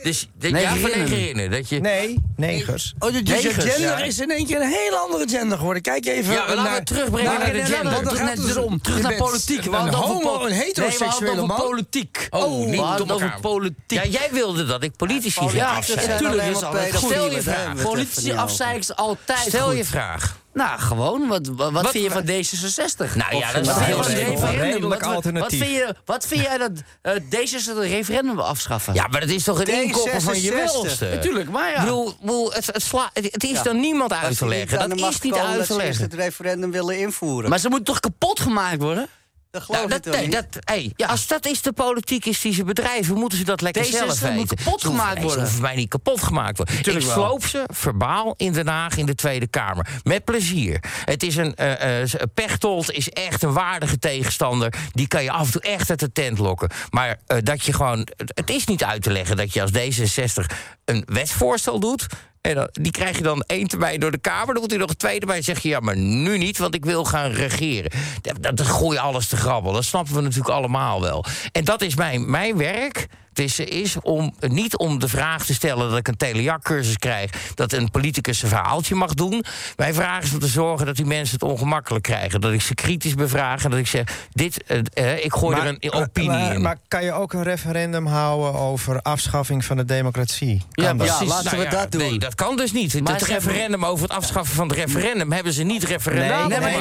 S13: Dus de, ja, van
S15: Negerinnen.
S13: negerinnen, dat je...
S15: Nee, negers.
S7: Oh, dus je
S13: Negers,
S7: gender
S13: ja.
S7: is in één keer een heel andere gender geworden. Kijk even
S13: Ja, maar laten we het terugbrengen naar de gender.
S7: Want dus
S13: Terug naar-
S7: erom.
S13: dus terug
S7: Je
S13: naar
S7: bent
S13: politiek. We
S7: Een
S13: hadden het over
S7: homo,
S13: pol-
S7: een
S13: Nee, we
S7: heteroseksuele
S13: hadden het
S7: man.
S13: over politiek. Oh, niet
S7: we hadden
S13: door
S7: het
S13: elkaar.
S7: over politiek.
S13: Ja, jij wilde dat ik politici ging
S17: Ja,
S13: afzeiken.
S17: natuurlijk is
S13: Stel
S17: altijd goed.
S13: Stel je vraag.
S17: Politici afzeiken is altijd
S13: Stel
S17: goed.
S13: je vraag.
S17: Nou, gewoon. Wat, wat, wat
S13: Wat-
S17: vind je van D66?
S13: Nou ja,
S17: Of-
S13: dat
S17: wat vind
S13: is een
S17: je van
S13: heel
S17: het
S13: redelijk-
S17: referendum?
S13: redelijk
S17: Wat- wat-
S13: alternatief.
S17: Wat vind, je, wat vind jij dat eh, D66 het referendum wil afschaffen?
S13: Ja, maar dat is toch een inkoppen van je welste?
S17: Natuurlijk, maar ja.
S13: Ik bedoel, ik bedoel, het, het, sla, het, het is
S16: Ja.
S13: dan niemand
S16: Als die
S13: uit te
S16: niet
S13: leggen.
S16: aan
S13: Dat
S16: de macht
S13: is niet
S16: komen,
S13: uit te
S16: Dat ze eerst
S13: leggen.
S16: het referendum willen invoeren.
S17: Maar ze moet toch kapot gemaakt worden?
S16: dat geloof
S13: Nou,
S16: ik
S13: dat,
S16: toch
S13: nee,
S16: niet?
S13: dat, hey, Als dat is de politiek is die ze bedrijven, moeten ze dat lekker
S17: Deze
S13: zelf
S17: is- moet
S13: weten.
S17: kapot
S13: Ze hoeven-
S17: gemaakt
S13: nee,
S17: worden.
S13: Ze hoeven mij niet kapot gemaakt worden.
S17: Tuurlijk
S13: ik
S17: wel.
S13: sloop ze verbaal in Den Haag in de Tweede Kamer. Met plezier. Het is een, eh, eh, Pechtold is echt een waardige tegenstander. Die kan je af en toe echt uit de tent lokken. Maar eh, dat je gewoon... Het, het is niet uit te leggen dat je als D66 een wetsvoorstel doet... En dan, die krijg je dan één termijn door de Kamer. Dan moet hij nog een tweede termijn. Dan zeg je, ja, maar nu niet, want ik wil gaan regeren. Dat, dat, dat gooi je alles te grabbel. Dat snappen we natuurlijk allemaal wel. En dat is mijn, mijn werk. Het is, is om, niet om de vraag te stellen dat ik een telejakcursus krijg... dat een politicus een verhaaltje mag doen. Mijn vraag is om te zorgen dat die mensen het ongemakkelijk krijgen. Dat ik ze kritisch bevraag en dat ik zeg... Dit, eh, eh, ik gooi er een opinie
S15: maar,
S13: in.
S15: maar kan je ook een referendum houden over afschaffing van de democratie?
S13: Ja,
S15: Kan dat?
S13: precies. Nou ja, Nee, dat kan dus niet.
S15: Maar
S13: het
S15: ze hebben-
S13: referendum over het afschaffen van het referendum hebben ze niet referendum.
S15: Nee, nee, nee, nee,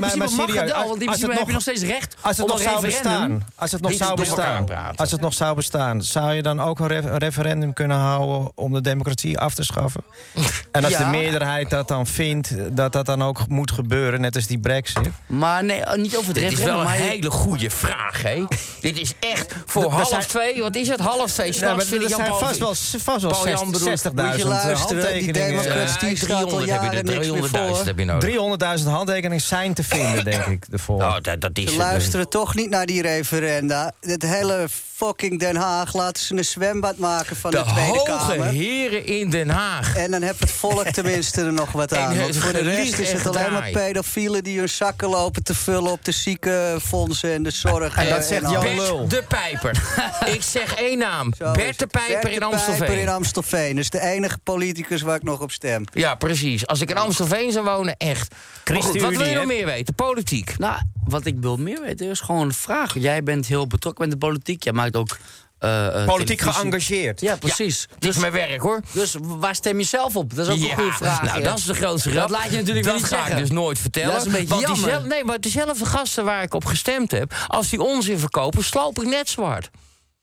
S15: maar- maar serieus, als-
S17: want in
S15: als het
S17: principe heb
S15: nog-
S17: je nog steeds recht
S15: Als het
S17: om
S15: nog
S17: een
S15: zou
S17: referendum
S15: bestaan, als het nog
S17: niet
S15: zou
S17: door elkaar
S15: bestaan,
S17: praten.
S15: als het nog zou bestaan, zou je dan ook een ref- een referendum kunnen houden om de democratie af te schaffen? En als
S17: Ja.
S15: de meerderheid dat dan vindt, dat dat dan ook moet gebeuren, net als die Brexit.
S17: Maar nee, niet over het
S13: Dit is wel
S17: referendum.
S13: een
S17: maar je-
S13: hele goede vraag, hè? Dit is echt voor
S17: Dat- dat
S13: half
S17: zijn-
S13: twee. Wat is het? Half twee.
S17: Ja,
S13: s'nachts
S17: maar dat
S13: vind ik
S17: zijn
S13: Jan Paul-
S17: vast wel- vast wel
S13: Paul Jan
S17: 60
S13: bedoelt- eh.
S15: 60.000 handtekeningen. eh.
S13: Ja, 300 heb je er, 300.000 heb je nodig.
S15: 300.000 handtekeningen zijn te vinden, denk ik. De volgende.
S13: Oh, dat, dat is
S15: Ze
S13: het.
S16: Luisteren toch niet naar die referenda. Het hele fucking Den Haag laten ze een zwembad maken van de,
S13: De
S16: Tweede
S13: hoge
S16: Kamer.
S13: heren in Den Haag.
S16: En dan heeft het volk tenminste er nog wat aan.
S13: En
S16: Want
S13: het
S16: voor de rest
S13: geliefd
S16: is
S13: en
S16: het alleen maar
S13: gedraai.
S16: pedofielen die hun zakken lopen te vullen op de ziekenfondsen en de zorg.
S13: En
S16: eh,
S13: dat zegt
S16: en alles.
S13: Jan Lul. de Pijper. Ik zeg één naam. Bert de Pijper in
S16: Pijper in
S13: Amstelveen.
S16: Amstelveen. Dat is de enige politicus waar ik nog op stem.
S13: Ja, precies. Als ik in Amstelveen zou wonen, echt. Maar goed, wat wil je nog meer weten? Politiek.
S17: Nou, wat ik wil meer weten is gewoon een vraag. Jij bent heel betrokken met de politiek. Jij maakt ook... eh, eh,
S15: Politiek
S17: televisie.
S15: geëngageerd.
S17: Ja, precies.
S13: dit is mijn werk, hoor.
S17: Dus waar stem je zelf op? Dat is ook
S13: Ja,
S17: een goede vraag.
S13: Nou,
S17: hè?
S13: dat is de grootste
S17: Dat
S13: grap.
S17: laat je natuurlijk
S13: dat
S17: wel
S13: ga ik
S17: zeggen.
S13: dus nooit vertellen.
S17: Dat is een beetje
S13: want
S17: jammer.
S13: diezelfde- nee, maar dezelfde gasten waar ik op gestemd heb... als die onzin verkopen, sloop ik net zwart.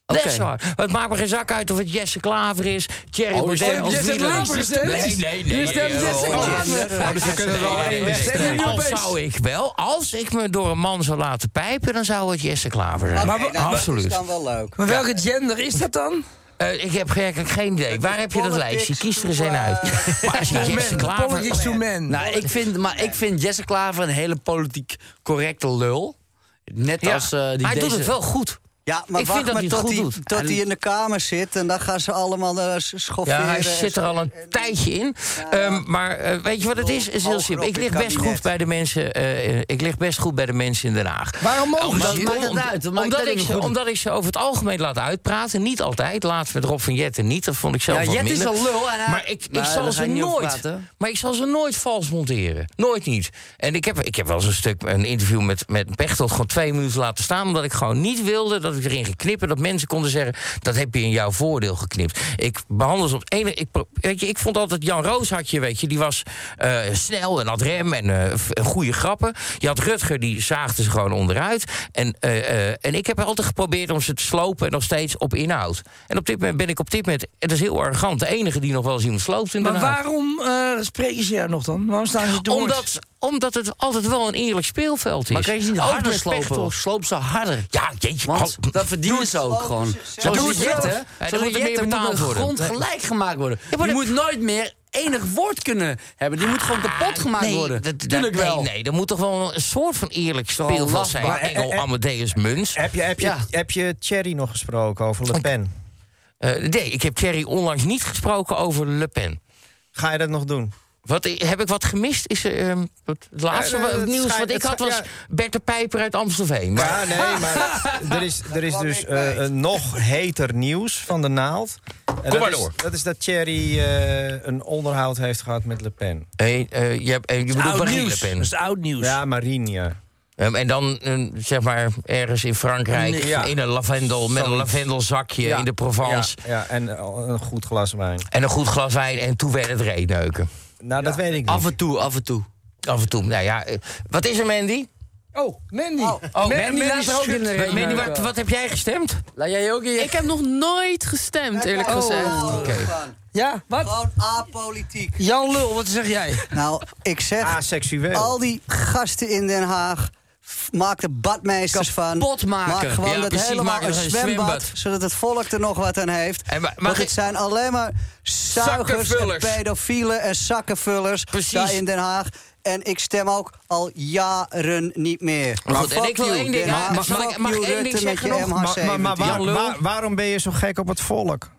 S13: Net
S17: Oké.
S13: zwart. Het maakt me geen zak uit of het Jesse Klaver is, Thierry
S17: Oh,
S13: Baudet...
S17: je stemt
S13: of
S17: Jesse
S13: Wieler.
S17: Klaver gestemd?
S13: Nee, nee, nee.
S17: Je stemt
S13: nee,
S17: Jesse
S13: oh,
S17: Klaver.
S13: oh, dus we kunnen er wel
S17: Nee,
S13: één
S17: nee,
S13: stemmen.
S17: nee, nee.
S13: Al zou ik wel, als ik me door een man zou laten pijpen... dan zou het Jesse Klaver zijn.
S7: Maar wa-
S13: Absoluut.
S16: nou, Dat is dan wel leuk.
S7: Maar welke gender is dat dan?
S13: Eh, ik heb eigenlijk geen idee. Waar heb je dat lijstje? Kies er eens een uit.
S16: Eh,
S13: Maar als je
S17: Politics
S13: Jesse Klaver... Oh
S17: Nou, ik vind, maar ik vind Jesse Klaver een hele politiek correcte lul. Net
S13: Ja,
S17: als eh, die
S13: maar hij doet
S17: deze-
S13: het wel goed.
S16: Ja, maar
S17: Ik
S16: wacht
S17: vind dat
S16: maar
S17: hij het
S16: tot,
S17: goed
S16: hij,
S17: doet.
S16: tot
S17: En-
S16: hij in de kamer zit en dan gaan ze allemaal eh, s- schofferen.
S13: Ja, hij
S16: en
S13: zit er
S16: zo.
S13: al een tijdje in. Ehm, maar eh, weet je wat het is? Het is heel
S16: Hoger
S13: simpel.
S16: op
S13: Ik
S16: in
S13: lig
S16: het
S13: best
S16: kabinet.
S13: goed bij de mensen. eh, eh, ik lig best goed bij de mensen in Den Haag. Nou,
S7: Waarom mogen
S13: Omdat-
S7: ze niet?
S13: om-
S7: Maakt het uit, dat maakt
S13: Omdat
S7: het
S13: ik ze-
S7: goed.
S13: omdat ik ze over het algemeen laat uitpraten. Niet altijd. Laatst met Rob van Jetten niet. Dat vond ik zelf
S17: Ja,
S13: wat
S17: Jet is
S13: minder.
S17: een lul en hij-
S13: Maar ik, ik
S17: Nou,
S13: zal
S17: daar ga
S13: ze
S17: ik niet over
S13: nooit...
S17: praten.
S13: Maar ik zal ze nooit vals monteren. Nooit niet. En ik heb, ik heb wel eens een stuk, een interview met, met Pechtold... gewoon twee minuten laten staan, omdat ik gewoon niet wilde... dat ik erin ging knippen, dat mensen konden zeggen... dat heb je in jouw voordeel geknipt. Ik behandel ze op het ene... Ik, pro- weet je, ik vond altijd Jan Roos had je, weet je... die was eh, snel en had rem en eh, f- goede grappen. Je had Rutger, die zaagde ze gewoon onderuit. En, eh, eh, en ik heb altijd geprobeerd om ze te slopen... en nog steeds op inhoud. En op dit moment ben ik op dit moment... het is heel arrogant, de enige die nog wel eens iemand sloopt in Den
S7: Maar
S13: Haag.
S7: waarom eh, spreken ze jou nog dan? Waarom staan ze door?
S13: Omdat, omdat het altijd wel een eerlijk speelveld is.
S17: Maar kan je ze niet
S13: Ook
S17: harder
S13: met
S17: slopen?
S13: Pechtold.
S17: Sloop ze harder.
S13: Ja, jeetje. Oh.
S17: Want
S13: hou-
S17: dat verdienen ze ook gewoon.
S13: Dat
S17: Zoals
S13: doe
S17: die
S13: je zelf.
S17: jetten,
S13: En dan
S17: zoals
S13: moet er
S17: die
S13: meer
S17: jetten
S13: betaald
S17: moet de
S13: worden.
S17: grond
S13: Nee.
S17: gelijk gemaakt worden.
S13: Ja, maar
S17: Die
S13: dat-
S17: moet nooit meer enig woord kunnen hebben. Die moet gewoon kapot gemaakt
S13: Ah. nee,
S17: worden.
S13: dat- dat-
S17: Tuurlijk
S13: nee,
S17: wel.
S13: Nee, er moet toch wel een soort van eerlijk speelveld zijn.
S15: lastbaar.
S13: Engel
S15: Eh, eh,
S13: Amadeus Muns.
S15: Heb je, heb, je,
S13: Ja.
S15: heb je Thierry nog gesproken over Le Pen?
S13: Eh, nee, ik heb Thierry onlangs niet gesproken over Le Pen.
S15: Ga je dat nog doen?
S13: Wat, eh, heb ik wat gemist? Is er, ehm, het laatste
S15: Eh, eh,
S13: wa-
S15: het
S13: nieuws
S15: schijnt-
S13: wat ik
S15: het
S13: had was
S15: schijnt-
S13: Bert de Pijper uit Amstelveen. Maar, Ah.
S15: Ja, nee, maar er is, er is dus eh, een nog heter nieuws van de naald. En dat
S13: maar
S15: is,
S13: door.
S15: Dat is dat Thierry eh, een onderhoud heeft gehad met Le Pen.
S13: Hey, eh, je, hebt- eh, je bedoelt
S7: oud
S13: Marine
S7: nieuws.
S13: Le Pen.
S7: Dat is oud nieuws.
S15: Ja, Marine, ja.
S13: Ehm, en dan, eh, zeg maar, ergens in Frankrijk,
S15: Nee, ja.
S13: in een lavendel, met een
S15: Zoiets.
S13: lavendelzakje
S15: Ja,
S13: in de Provence.
S15: Ja, ja, en eh, een goed glas wijn.
S13: En een goed glas wijn en toen werd het reenneuken.
S15: Nou, dat weet ik niet.
S17: Af en toe, af en toe.
S13: Af en toe, nou ja. eh, Wat is er, Mandy?
S7: Oh, Mandy. Oh,
S13: Mandy laat er ook in de reden. Mandy, wat, wat heb jij gestemd?
S7: Laat jij ook in
S4: Ik heb nog nooit gestemd, eerlijk
S17: Oh.
S4: gezegd.
S13: Oké.
S7: Ja, wat?
S16: Gewoon apolitiek.
S7: Jan Lul, wat zeg jij?
S16: Nou, ik zeg,
S15: Aseksueel.
S16: al die gasten in Den Haag, f- maak er badmeesters van.
S13: Kapot maken.
S16: Maak gewoon
S13: Ja,
S16: dat
S13: precies,
S16: helemaal
S13: maak er
S16: een
S13: een
S16: zwembad,
S13: zwembad.
S16: zodat het volk er nog wat aan heeft.
S13: En maar- mag
S16: Want
S13: ik-
S16: het zijn alleen maar zuigers en
S13: Zakkenvullers.
S16: pedofielen en zakkenvullers
S13: Precies.
S16: daar in Den Haag. En ik stem ook al jaren niet meer.
S13: Maar goed, en
S16: fuck
S13: Oh, ik wil
S16: you,
S13: één ding-
S16: Den Haag.
S13: mag- mag ik-
S16: Fuck
S13: mag ik
S16: you,
S13: één ding
S16: Rutte met
S13: zeggen
S16: je
S13: nog?
S16: MH17.
S15: Maar, maar, maar waar-
S13: Jan Lul?
S15: waar- waarom ben je zo gek op het volk?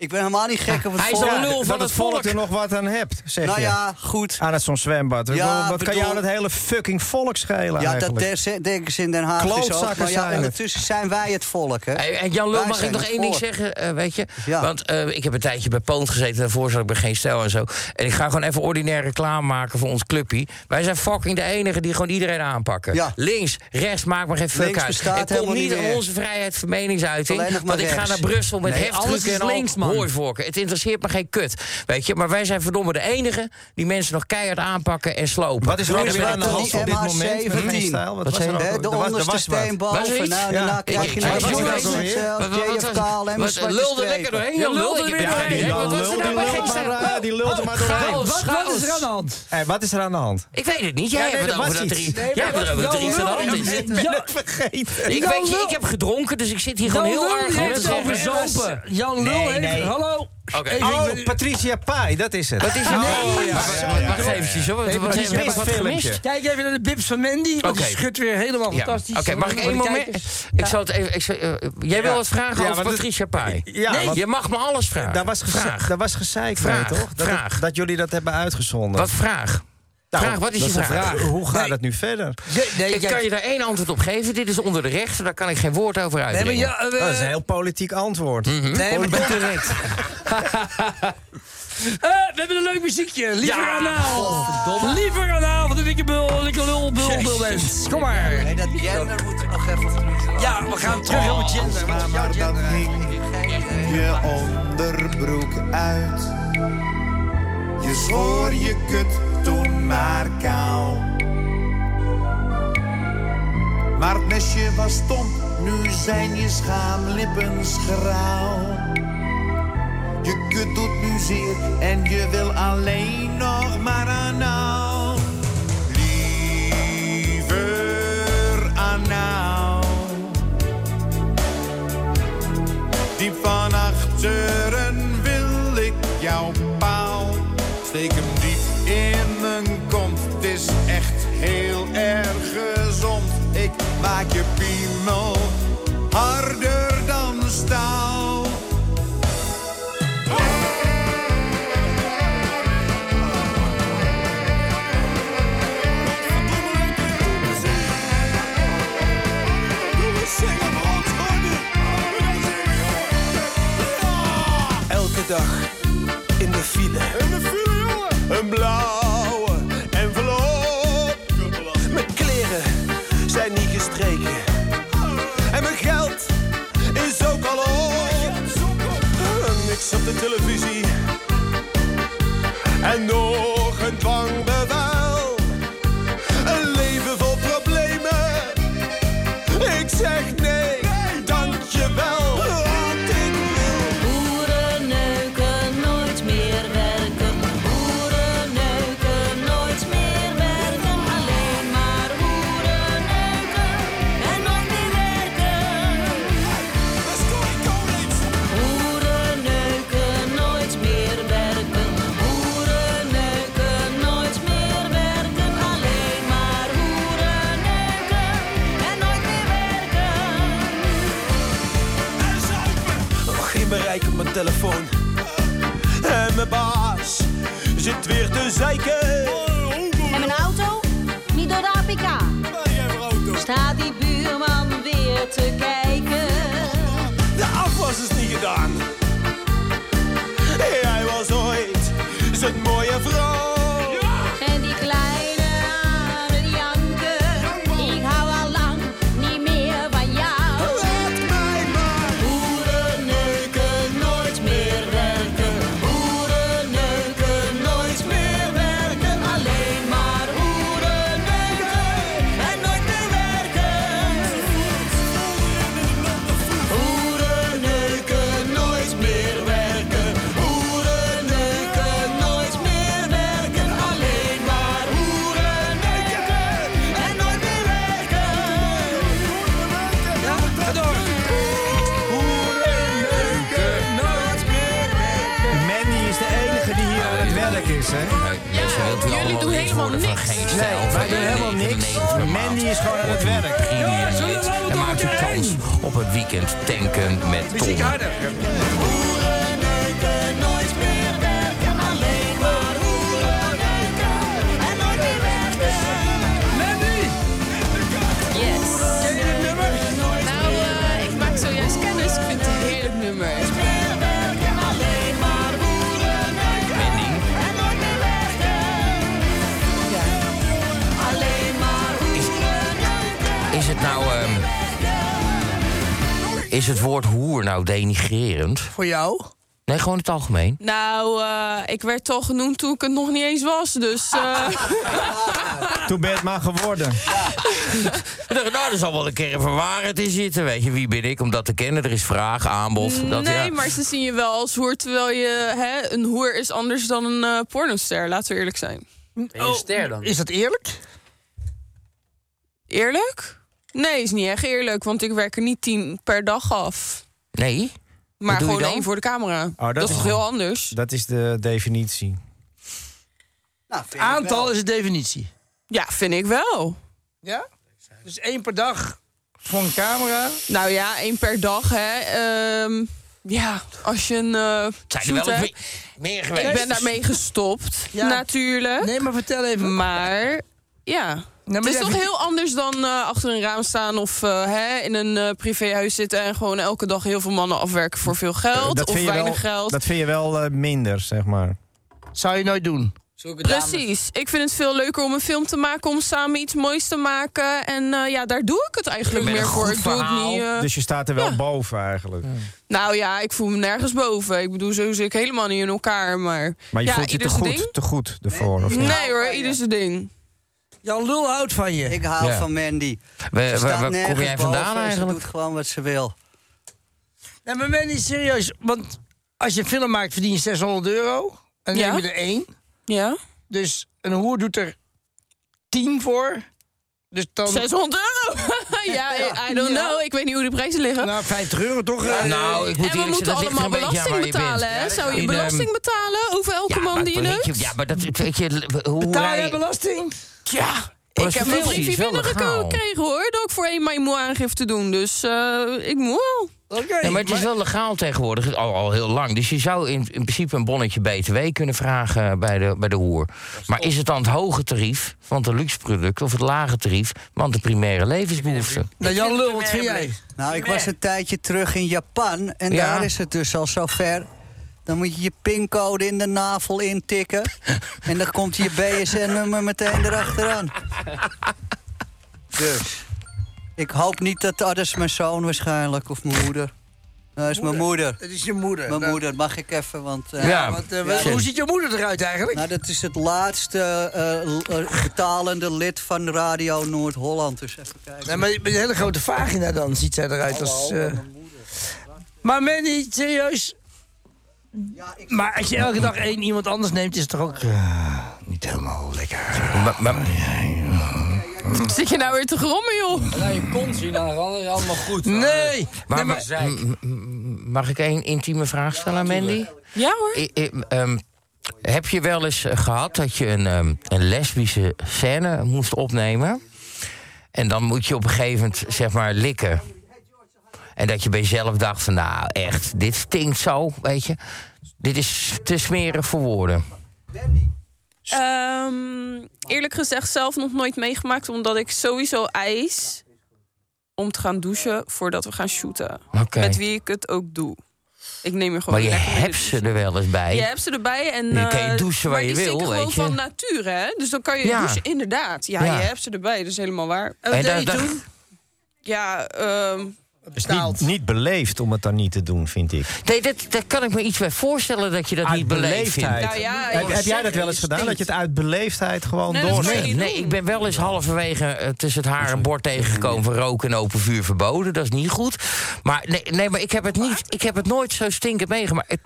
S16: Ik ben helemaal niet gek op het
S15: Hij is
S16: volk.
S15: een lul van het volk er nog wat aan hebt, zeg
S16: Nou
S15: je.
S16: ja, goed.
S15: Aan het zo'n zwembad. Ik
S16: Ja,
S15: bedoel, wat kan
S16: bedoel-
S15: jou dat hele fucking volk schelen
S16: Ja, dat
S15: eigenlijk?
S16: des- denken ze in Den Haag. dus ook.
S15: Klootzakken
S16: Maar ja,
S15: zijn het.
S16: ondertussen zijn wij het volk, hè?
S13: Hey, en Jan Lul,
S16: Wij
S13: mag ik
S16: zijn
S13: nog
S16: het
S13: één ding
S16: volk.
S13: zeggen? eh, weet je? Want eh, ik heb een tijdje bij Poont gezeten. Daarvoor zat ik bij Geen Stijl en zo. En ik ga gewoon even ordinair reclame maken voor ons clubje. Wij zijn fucking de enigen die gewoon iedereen aanpakken.
S16: Ja.
S13: Links, rechts, maakt maar geen fuck
S16: Links
S13: uit.
S16: bestaat
S13: Het komt
S16: helemaal
S13: niet
S16: niet
S13: aan
S16: meer.
S13: onze vrijheid van meningsuiting.
S16: Alleen nog maar
S13: Want ik ga
S16: rechts.
S13: naar Brussel met
S16: Nee, alles
S13: heftrucken
S16: is
S13: en al
S16: links, man.
S13: hooivorken. Het interesseert me geen kut. Weet je? Maar wij zijn verdomme de enigen die mensen nog keihard aanpakken en slopen.
S15: Wat is er
S13: Daar
S15: ook
S13: ben
S15: weer
S13: ik
S15: aan de hand
S13: trots
S15: op dit
S13: op.
S15: moment? Met mijn stijl? Wat was er ook?
S16: Hè,
S15: Er
S16: de
S15: was- er
S16: onderste
S15: was wat.
S16: steen
S15: Was er
S16: boven.
S15: iets?
S16: Nou,
S15: Ja.
S16: daarna
S15: Ik-
S16: krijg
S15: ik-
S16: je
S15: ik-
S16: nog
S15: wat was er ook
S16: Jezus,
S15: alweer?
S16: eh,
S15: Wat- wat-
S16: JF
S15: wat-
S16: Kaal en
S15: wat-
S16: Zwarte
S13: lulde
S16: Strepen.
S13: lekker doorheen, joh, lulde er weer doorheen. Hey, wat was er nou bij Geen Stijl?
S15: Die lult er maar
S13: Oh,
S15: doorheen.
S13: chaos, Wat- wat is er aan de
S15: hand? Wat is er aan de hand?
S13: Ik weet het niet. Jij
S15: Ja, nee,
S13: hebt het
S15: er
S13: over
S15: was
S13: dat er
S15: iets.
S13: iets-
S15: Nee,
S13: jij
S15: maar
S13: hebt het over
S15: dat
S13: dat er iets aan de hand is.
S15: Ik ben het vergeten.
S13: Ik weet je, ik heb gedronken, dus ik zit hier gewoon
S15: Jan
S13: heel
S15: Lul
S13: erg
S15: die
S13: hard
S15: heeft
S13: te
S15: het over
S13: zeggen.
S15: zopen. Jan Lul heeft- hallo.
S13: Oké.
S15: Oh, Patricia Pai, dat is het.
S13: Wat is het?
S15: Oh, ja.
S13: Wacht- wacht- Wacht eventjes, hoor. Wat-
S7: Hey,
S13: Wat
S7: wat
S13: hebben we
S7: is
S13: wat
S7: dit
S13: gemist?
S7: filmpje? Kijk even naar de bips van Mandy. Want
S13: Oké.
S7: die schudt weer helemaal
S13: Ja.
S7: fantastisch. eh,
S13: Oké, mag ik één
S7: Voor de
S13: moment...
S7: kijkers.
S13: Ik
S7: Ja.
S13: zal het even... Ik zal, eh, jij wil
S7: Ja.
S13: wat vragen
S7: Ja,
S13: over
S7: want het-
S13: Patricia Pai?
S15: Ja,
S13: nee,
S15: want-
S13: je mag me alles vragen.
S15: Daar was, geze-
S13: vraag.
S15: daar was gezeik mee,
S13: Vraag,
S15: toch? Dat,
S13: vraag.
S15: dat jullie dat hebben uitgezonden.
S13: Wat vraag?
S15: Nou,
S13: vraag, wat is
S15: dat
S13: je vraag?
S15: Hoe gaat het nu verder?
S13: ik kan je daar één antwoord op geven. Dit is onder de rechter, daar kan ik geen woord over
S15: Nee, maar
S13: uitbrengen.
S15: ja, eh, dat Mhm. is een heel politiek antwoord.
S13: Nee, maar-
S15: Politiek correct.
S7: Eh, we hebben een leuk muziekje. Liever
S13: Ja.
S7: aan avond. Liever aan avond. Dat ik een bul, dat ik een lul, bul, bul ben. Kom maar.
S16: Nee, dat gender moet er nog
S2: eh,
S16: even...
S7: Ja, we gaan terug helemaal gender. Wat is jouw gender?
S2: je onderbroek uit. Je zwoer je kut toen maar kaal. Maar het mesje was stom, nu zijn je schaamlippen schraal. Je kut doet nu zeer en je wil alleen nog maar anaal. Liever anaal. Diep van achteren wil ik jouw paal. Steek hem diep in mijn kont. Het is echt heel erg gezond. Ik maak je piemel harder dan staal.
S10: Eh,
S18: Elke dag in de file. Een blauwe envelop. Mijn kleren zijn niet gestreken. En mijn geld is ook al op. Niks op de televisie. En nog een dwangbevel. Een leven vol problemen. Ik zeg nee, dankjewel. Wat ik wil.
S6: Boeren neuken nooit meer werken. Boeren neuken nooit meer werken. Alleen maar boeren neuken en nog niet werken. Boeren neuken nooit meer werken. Boeren neuken nooit meer werken. Alleen maar boeren neuken en nooit meer werken.
S18: Och, in bereik op mijn telefoon. En mijn baas zit weer te zeiken.
S6: En mijn auto? Niet door de APK. Staat die buurman weer te kijken.
S18: De afwas is niet gedaan. Hij was ooit zijn mooie vrouw.
S6: En die kleine aan het janken. Ik hou al lang niet meer van jou. Laat mij maar. Boeren neuken nooit meer werken. Boeren neuken nooit meer werken. Alleen maar boeren neuken en nooit meer werken. Hoeren neuken, nooit meer werken. Hoeren neuken, nooit meer werken. Alleen maar hoeren neuken en nooit meer werken. Ja, ga door. Hoeren neuken, nooit meer werken.
S15: Mandy is de enige die hier aan het werk is, hè?
S13: jullie doen helemaal niks. Geen stijl,
S15: Nee, wij doen helemaal niks. Mandy is gewoon aan het werk.
S13: En maakt u kans op het weekend tanken met Tom.
S18: Muziek harder.
S6: Hoeren neuken,
S4: eh,
S13: is het nou... ehm, is het woord hoer nou denigrerend?
S7: Voor jou?
S13: Nee, gewoon in het algemeen.
S4: Nou, eh, ik werd al genoemd toen ik het nog niet eens was, dus... eh,
S15: Toen ben je het maar geworden.
S13: Ik dacht, Nou, er zal wel een keer een verwaarheid in zitten. Weet je, wie ben ik om dat te kennen? Er is vraag, aanbod. Dat,
S4: nee,
S13: ja.
S4: maar ze zien je wel als hoer, terwijl je... Hè, een hoer is anders dan een eh, pornoster, laten we eerlijk zijn.
S7: Oh, Is dat eerlijk?
S4: Eerlijk? Nee, is niet echt eerlijk, want ik werk er niet tien per dag af.
S13: Nee?
S4: Maar
S15: doe je
S4: gewoon
S15: dan?
S4: één voor de camera.
S7: Oh,
S4: dat, is toch heel anders?
S15: Oh, Dat is de definitie.
S7: Aantal is de definitie.
S4: Ja, vind ik wel.
S7: Ja? Dus één per dag voor een camera.
S4: Nou ja, één per dag, hè. Ehm, ja, als je een eh
S7: Zijn er
S4: shoot
S7: wel eens
S4: hebt.
S7: me- meer
S4: Ik
S7: geweest?
S4: ben daarmee gestopt,
S7: Ja.
S4: natuurlijk.
S7: Nee, maar vertel even. Nou,
S4: Maar, ja.
S7: maar
S4: het is
S7: jij-
S4: toch heel anders dan eh, achter een raam staan of eh, hè, in een eh, privéhuis zitten... en gewoon elke dag heel veel mannen afwerken voor veel geld
S15: dat
S4: of
S15: vind je wel,
S4: weinig geld.
S15: Dat vind je wel eh, minder, zeg maar.
S7: Zou je nooit doen?
S4: Precies. Ik vind het veel leuker om een film te maken, om samen iets moois te maken. En eh, ja, daar doe ik het eigenlijk
S15: Met
S4: meer
S15: een
S4: voor.
S15: goed
S4: Ik doe het
S15: verhaal.
S4: niet. eh,
S15: Dus je staat er wel boven eigenlijk.
S4: Nou ja, ik voel me nergens boven. Ik bedoel, zo zit ik helemaal niet in elkaar. Maar,
S15: Maar je
S4: ja,
S15: voelt je te
S4: ieder
S15: goed,
S4: zijn ding.
S15: te goed ervoor, of niet?
S4: Nee hoor, ieder zijn ding.
S7: Jan Lul houdt van je.
S16: Ik hou
S13: Ja.
S16: van Mandy.
S13: Waar-
S16: Ze
S13: waar-
S16: staat
S13: waar kom
S16: nergens
S13: jij vandaan
S16: boven en
S13: eigenlijk?
S16: Ze doet gewoon wat ze wil.
S7: Nee, maar ben niet serieus. Want als je een film maakt, verdien je 600 euro. En dan
S4: Ja.
S7: neem je er één.
S4: Ja.
S7: Dus een hoer doet er 10 voor. Dus dan...
S4: 600 euro? ja, I don't
S7: Ja.
S4: know. Ik weet niet hoe de prijzen liggen.
S7: Nou, 50 euro toch? eh,
S13: Nou, ik moet
S4: en we
S13: eerlijk zeggen, dat
S4: moeten
S13: ligt er
S4: allemaal
S13: een beetje aan
S4: belasting
S13: waar je
S4: betalen,
S13: bent.
S4: hè? Zou je
S13: In, ehm,
S4: belasting betalen over elke
S13: Ja,
S4: man
S13: maar
S4: die je
S13: weet je-
S4: neukt?
S13: Ja, maar dat weet je... Hoe
S7: Betaal
S13: hij-
S7: jij belasting?
S13: Ja.
S4: ik heb een
S13: prostitutie is
S4: briefje
S13: wel legaal.
S4: binnengekregen, hoor. Dat ik voor één maand moet aangifte doen. Dus eh, ik moet wel.
S7: Oké.
S13: Nee, maar het is wel legaal tegenwoordig, al, al heel lang. Dus je zou in, in principe een bonnetje BTW kunnen vragen bij de, bij de hoer. Maar is het dan het hoge tarief van de luxe product of het lage tarief van de primaire levensbehoeften?
S7: Nou, Jan Lul, wat vind jij?
S16: Nou, ik was een tijdje terug in Japan en
S13: Ja.
S16: daar is het dus al zover. Dan moet je je pincode in de navel intikken. en dan komt je BSN-nummer meteen erachteraan. Dus. Ik hoop niet dat. Oh, dat is mijn zoon waarschijnlijk, of mijn moeder. Nou, dat is mijn moeder.
S7: Het is je moeder.
S16: Mijn
S7: Nou,
S16: moeder, mag ik even, want... eh,
S7: Ja, want, eh, wel- hoe ziet je moeder eruit eigenlijk?
S16: Nou, dat is het laatste eh, l- eh, betalende lid van Radio Noord-Holland. Dus even kijken.
S7: Nee, maar met een hele grote vagina dan ziet zij eruit als... eh, Maar Manny, serieus? maar als je elke dag één iemand anders neemt, is het toch ook... eh, niet helemaal lekker.
S4: Zit je nou weer te grommen, joh?
S19: Nou, je kont zien haar allemaal goed.
S7: Nee!
S13: Maar, ma- m- m- mag ik één intieme vraag stellen aan Mandy?
S4: Ja hoor.
S13: I- i- m- ehm, heb je wel eens eh, gehad dat je een, ehm, een lesbische scène moest opnemen? En dan moet je op een gegeven moment, zeg maar, likken. En dat je bij jezelf dacht van, nou echt, dit stinkt zo, weet je. Dit is te smerig voor woorden.
S4: Ehm, eerlijk gezegd zelf nog nooit meegemaakt, omdat ik sowieso eis om te gaan douchen voordat we gaan shooten.
S13: Oké.
S4: Met wie ik het ook doe. Ik neem er gewoon
S13: Maar je
S4: lekker mee de
S13: hebt ze er wel eens bij.
S4: Je hebt ze erbij en...
S13: Je kan je
S4: eh,
S13: douchen waar
S4: maar
S13: je
S4: die
S13: wil,
S4: stinken
S13: weet je.
S4: gewoon van nature, hè? Dus dan kan je
S13: Ja.
S4: douchen, inderdaad. Ja,
S13: Ja.
S4: je hebt ze erbij, dat is helemaal waar. Eh,
S7: En wat deed je toen?
S4: Ja, ehm,
S15: Het is niet, niet beleefd om het dan niet te doen, vind ik.
S13: Nee, dat, daar kan ik me iets bij voorstellen dat je dat niet beleefd vindt.
S4: Nou ja,
S15: heb,
S4: ik
S15: heb jij
S4: zeg,
S15: dat wel eens
S4: het
S15: gedaan? Dat
S4: stinkt.
S15: je het uit beleefdheid gewoon
S4: Nee, dat
S15: door...
S4: kan je
S13: Nee, nee, ik ben wel eens halverwege eh, tussen het haar en bord tegengekomen van roken en open vuur verboden. Dat is niet goed. Maar nee, nee maar ik heb het niet. Ik heb het nooit zo stinkend meegemaakt. Het-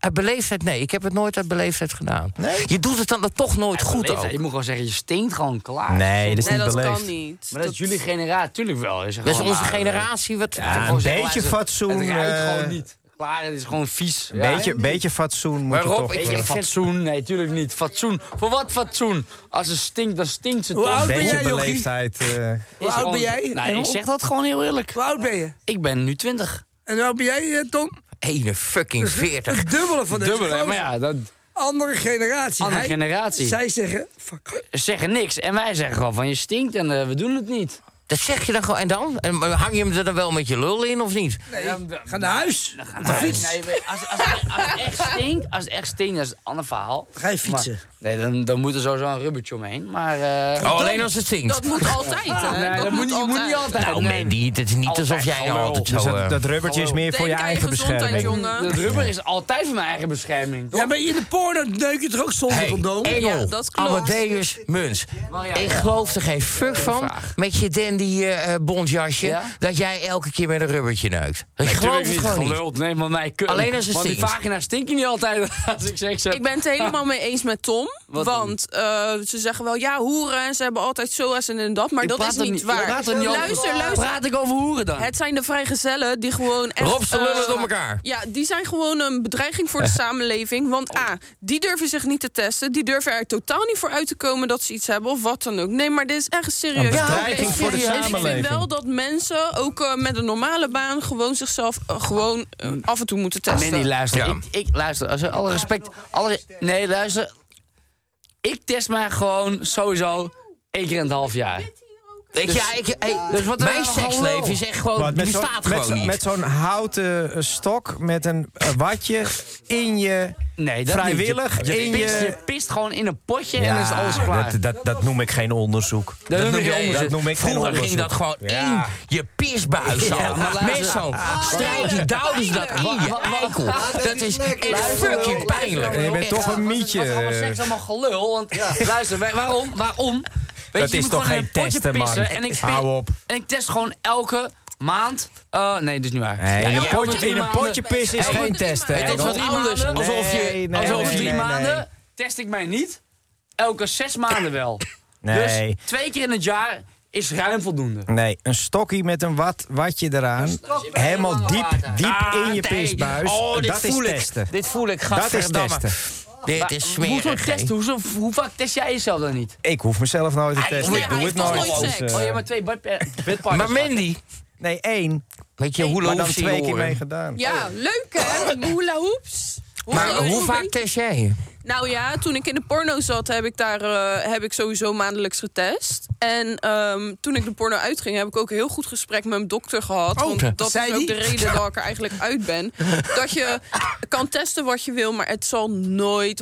S13: uit beleefdheid, nee, ik heb het nooit uit beleefdheid gedaan. Je doet het dan toch nooit goed
S19: Beleefdheid.
S13: ook.
S19: Je moet gewoon zeggen, je stinkt gewoon klaar.
S15: Nee, dat is
S4: Nee,
S15: niet
S4: dat
S15: beleefd.
S4: kan niet.
S19: Maar dat is jullie generatie, tuurlijk wel.
S13: Dat is onze generatie. Wat,
S15: Ja, een beetje fatsoen.
S19: Het ruikt
S15: eh,
S19: gewoon niet. Klaar, het is gewoon vies.
S15: Een beetje, beetje fatsoen moet
S19: Maar
S15: je
S19: Rob,
S15: toch...
S19: ik,
S15: eh,
S19: ik fatsoen, nee, tuurlijk niet. Fatsoen. Voor wat fatsoen? Als het stinkt, dan stinkt ze
S7: Hoe
S19: toch.
S7: oud
S15: een
S7: ben
S15: beetje
S7: jij, Jochie?
S15: beleefdheid. eh,
S7: Hoe
S19: Is
S7: oud
S19: gewoon-
S7: ben jij?
S19: Nou,
S7: Engel?
S19: ik zeg dat gewoon heel eerlijk.
S7: Hoe oud ben je?
S19: Ik ben nu 20.
S7: En hoe oud ben jij, eh, Tom?
S13: Ene fucking veertig.
S7: Het dubbele van deze
S19: Dubbele,
S7: gozer.
S19: maar ja, dat
S7: Andere generatie.
S19: Andere
S7: Hij-
S19: generatie.
S7: Zij zeggen, fuck.
S19: zeggen niks. En wij zeggen gewoon van je stinkt en eh, we doen het niet.
S13: Dat zeg je dan gewoon. En dan? En maar hang je hem er dan wel met je lul in of niet?
S19: Nee,
S7: Ga naar huis. Op de fiets.
S19: nee, maar als, als, als, het echt stinkt, als het echt stinkt, dat is een ander verhaal.
S7: Ga je fietsen.
S19: Maar Nee, dan, dan moet er sowieso een rubbertje omheen. Maar, eh,
S13: Oh, alleen als het zingt.
S19: Dat moet altijd, hè?
S13: Nee,
S19: Dat moet
S13: niet-
S19: altijd.
S13: Nou,
S19: Nee.
S13: Mandy, het is niet
S19: Altijd.
S13: alsof jij
S19: Hallo.
S13: altijd zo...
S15: Dus dat-
S13: eh,
S15: dat rubbertje is meer voor je eigen bescherming.
S19: Het rubber is altijd voor mijn eigen bescherming.
S7: Ja, maar in de porno neuk je toch ook zonder
S13: Hey,
S7: condoom?
S13: Engel, Amadeus Muns. Ik geloof er geen fuck van met je dandy eh eh, bondjasje... dat jij elke keer met een rubbertje neukt. Ik geloof het gewoon niet.
S19: geluld. Nee, maar mij kun-
S13: Alleen als het
S19: Want die
S13: stinkt.
S19: vagina stinkt niet altijd als ik seks heb.
S4: Ik ben het helemaal mee eens met Tom.
S19: Wat dan?
S4: want eh, ze zeggen wel, ja, hoeren en ze hebben altijd zoas en dat. Maar
S19: Ik
S4: dat
S19: praat
S4: is
S19: er
S4: niet
S19: niet- ik
S4: waar.
S19: praat er niet over.
S4: luister, luister.
S19: Praat ik over hoeren dan?
S4: Het zijn de vrijgezellen die gewoon echt...
S19: Rob, ze
S4: eh,
S19: lullen door elkaar.
S4: Ja, die zijn gewoon een bedreiging voor de samenleving. Want A, die durven zich niet te testen. Die durven er totaal niet voor uit te komen dat ze iets hebben. Of wat dan ook. Nee, maar dit is echt een serieus.
S6: Een
S4: probleem.
S6: bedreiging voor de
S4: En Ik
S6: samenleving.
S4: vind wel dat mensen, ook eh, met een normale baan... gewoon zichzelf eh, gewoon eh, af en toe moeten testen.
S19: Mandy, luister. Ik, ik luister. Als alle respect. Alle, nee, luister. Ik test mij gewoon sowieso één keer in het half jaar. Dus-
S13: Ik- ja, ik- hey, dus eh,
S15: Dus
S13: mijn seksleven is echt gewoon-
S15: Wat, met
S13: die
S15: zo'n-
S13: staat
S15: met
S13: gewoon
S15: zo'n-
S13: niet.
S15: Met zo'n houten eh, stok met een eh, watje in je...
S19: Nee, dat
S15: eh, vrijwillig
S19: niet. Je,
S15: in
S19: pist, je
S15: je...
S19: pist gewoon in een potje en dan is alles klaar.
S15: dat, dat, dat noem ik geen onderzoek.
S19: Dat noem ik geen onderzoek.
S15: Dat noem ik geen
S13: Vroeger ging
S15: onderzoek.
S13: dat gewoon in je pisbuis
S19: Ja,
S13: al.
S19: maar luister.
S13: Met zo'n strijkje duwden ze dat in je eikel. Ah, Dat is echt fucking pijnlijk.
S15: En je bent toch een
S19: Dat is
S15: mietje.
S19: echt allemaal gelul. Want luister, wij- waarom? Waarom? Weet
S15: Eh. Dat
S19: je, je
S15: is
S19: moet
S15: toch
S19: gewoon in
S15: geen
S19: een potje
S15: testen, man.
S19: pissen En ik spi-
S15: Hou op.
S19: En ik test gewoon elke maand. eh, nee, dus nu waar.
S15: Nee, in een
S19: elke
S15: potje-
S19: drie
S15: in een
S19: maanden.
S15: potje pissen is
S19: Elke
S15: geen
S19: drie
S15: testen,
S19: maanden. Het is wat
S15: Engel.
S19: anders.
S15: Nee,
S19: Alsof je
S15: nee, nee,
S19: alsof
S15: nee,
S19: drie
S15: nee, nee.
S19: maanden test ik mij niet. Elke zes maanden wel.
S15: Nee.
S19: Dus twee keer in het jaar is ruim voldoende.
S15: Nee, een stokkie met een wat, watje eraan. Helemaal diep, diep
S19: Ah,
S15: in je
S19: nee.
S15: pisbuis.
S19: Oh, dit
S15: dat is
S19: voel ik.
S15: testen.
S19: Dit voel ik,
S15: Dat is
S19: gadverdamme.
S15: testen.
S19: Maar Hoezo testen? Hoezo, hoe vaak test jij jezelf dan niet?
S15: Ik hoef mezelf nooit te testen. Ik doe het nooit. Dus,
S19: Oh,
S15: eh,
S19: je hebt twee bedpartners.
S15: Maar Mandy? Nee, één.
S13: Weet je,
S15: hoe
S13: hula
S15: maar dan
S13: hoop zie je
S15: twee keer
S13: horen.
S15: mee gedaan.
S4: Ja, leuk hè? Hula hoops.
S13: Oh. Maar
S4: Hula
S13: hoe
S4: hoop
S13: vaak
S4: ik.
S13: test jij je?
S4: Nou ja, toen ik in de porno zat, heb ik daar eh, heb ik sowieso maandelijks getest. En ehm, toen ik de porno uitging, heb ik ook een heel goed gesprek met mijn dokter gehad.
S6: Oh,
S4: want dat
S6: zei
S4: is ook
S6: die?
S4: de reden dat ik er eigenlijk uit ben. Dat je kan testen wat je wil, maar het zal nooit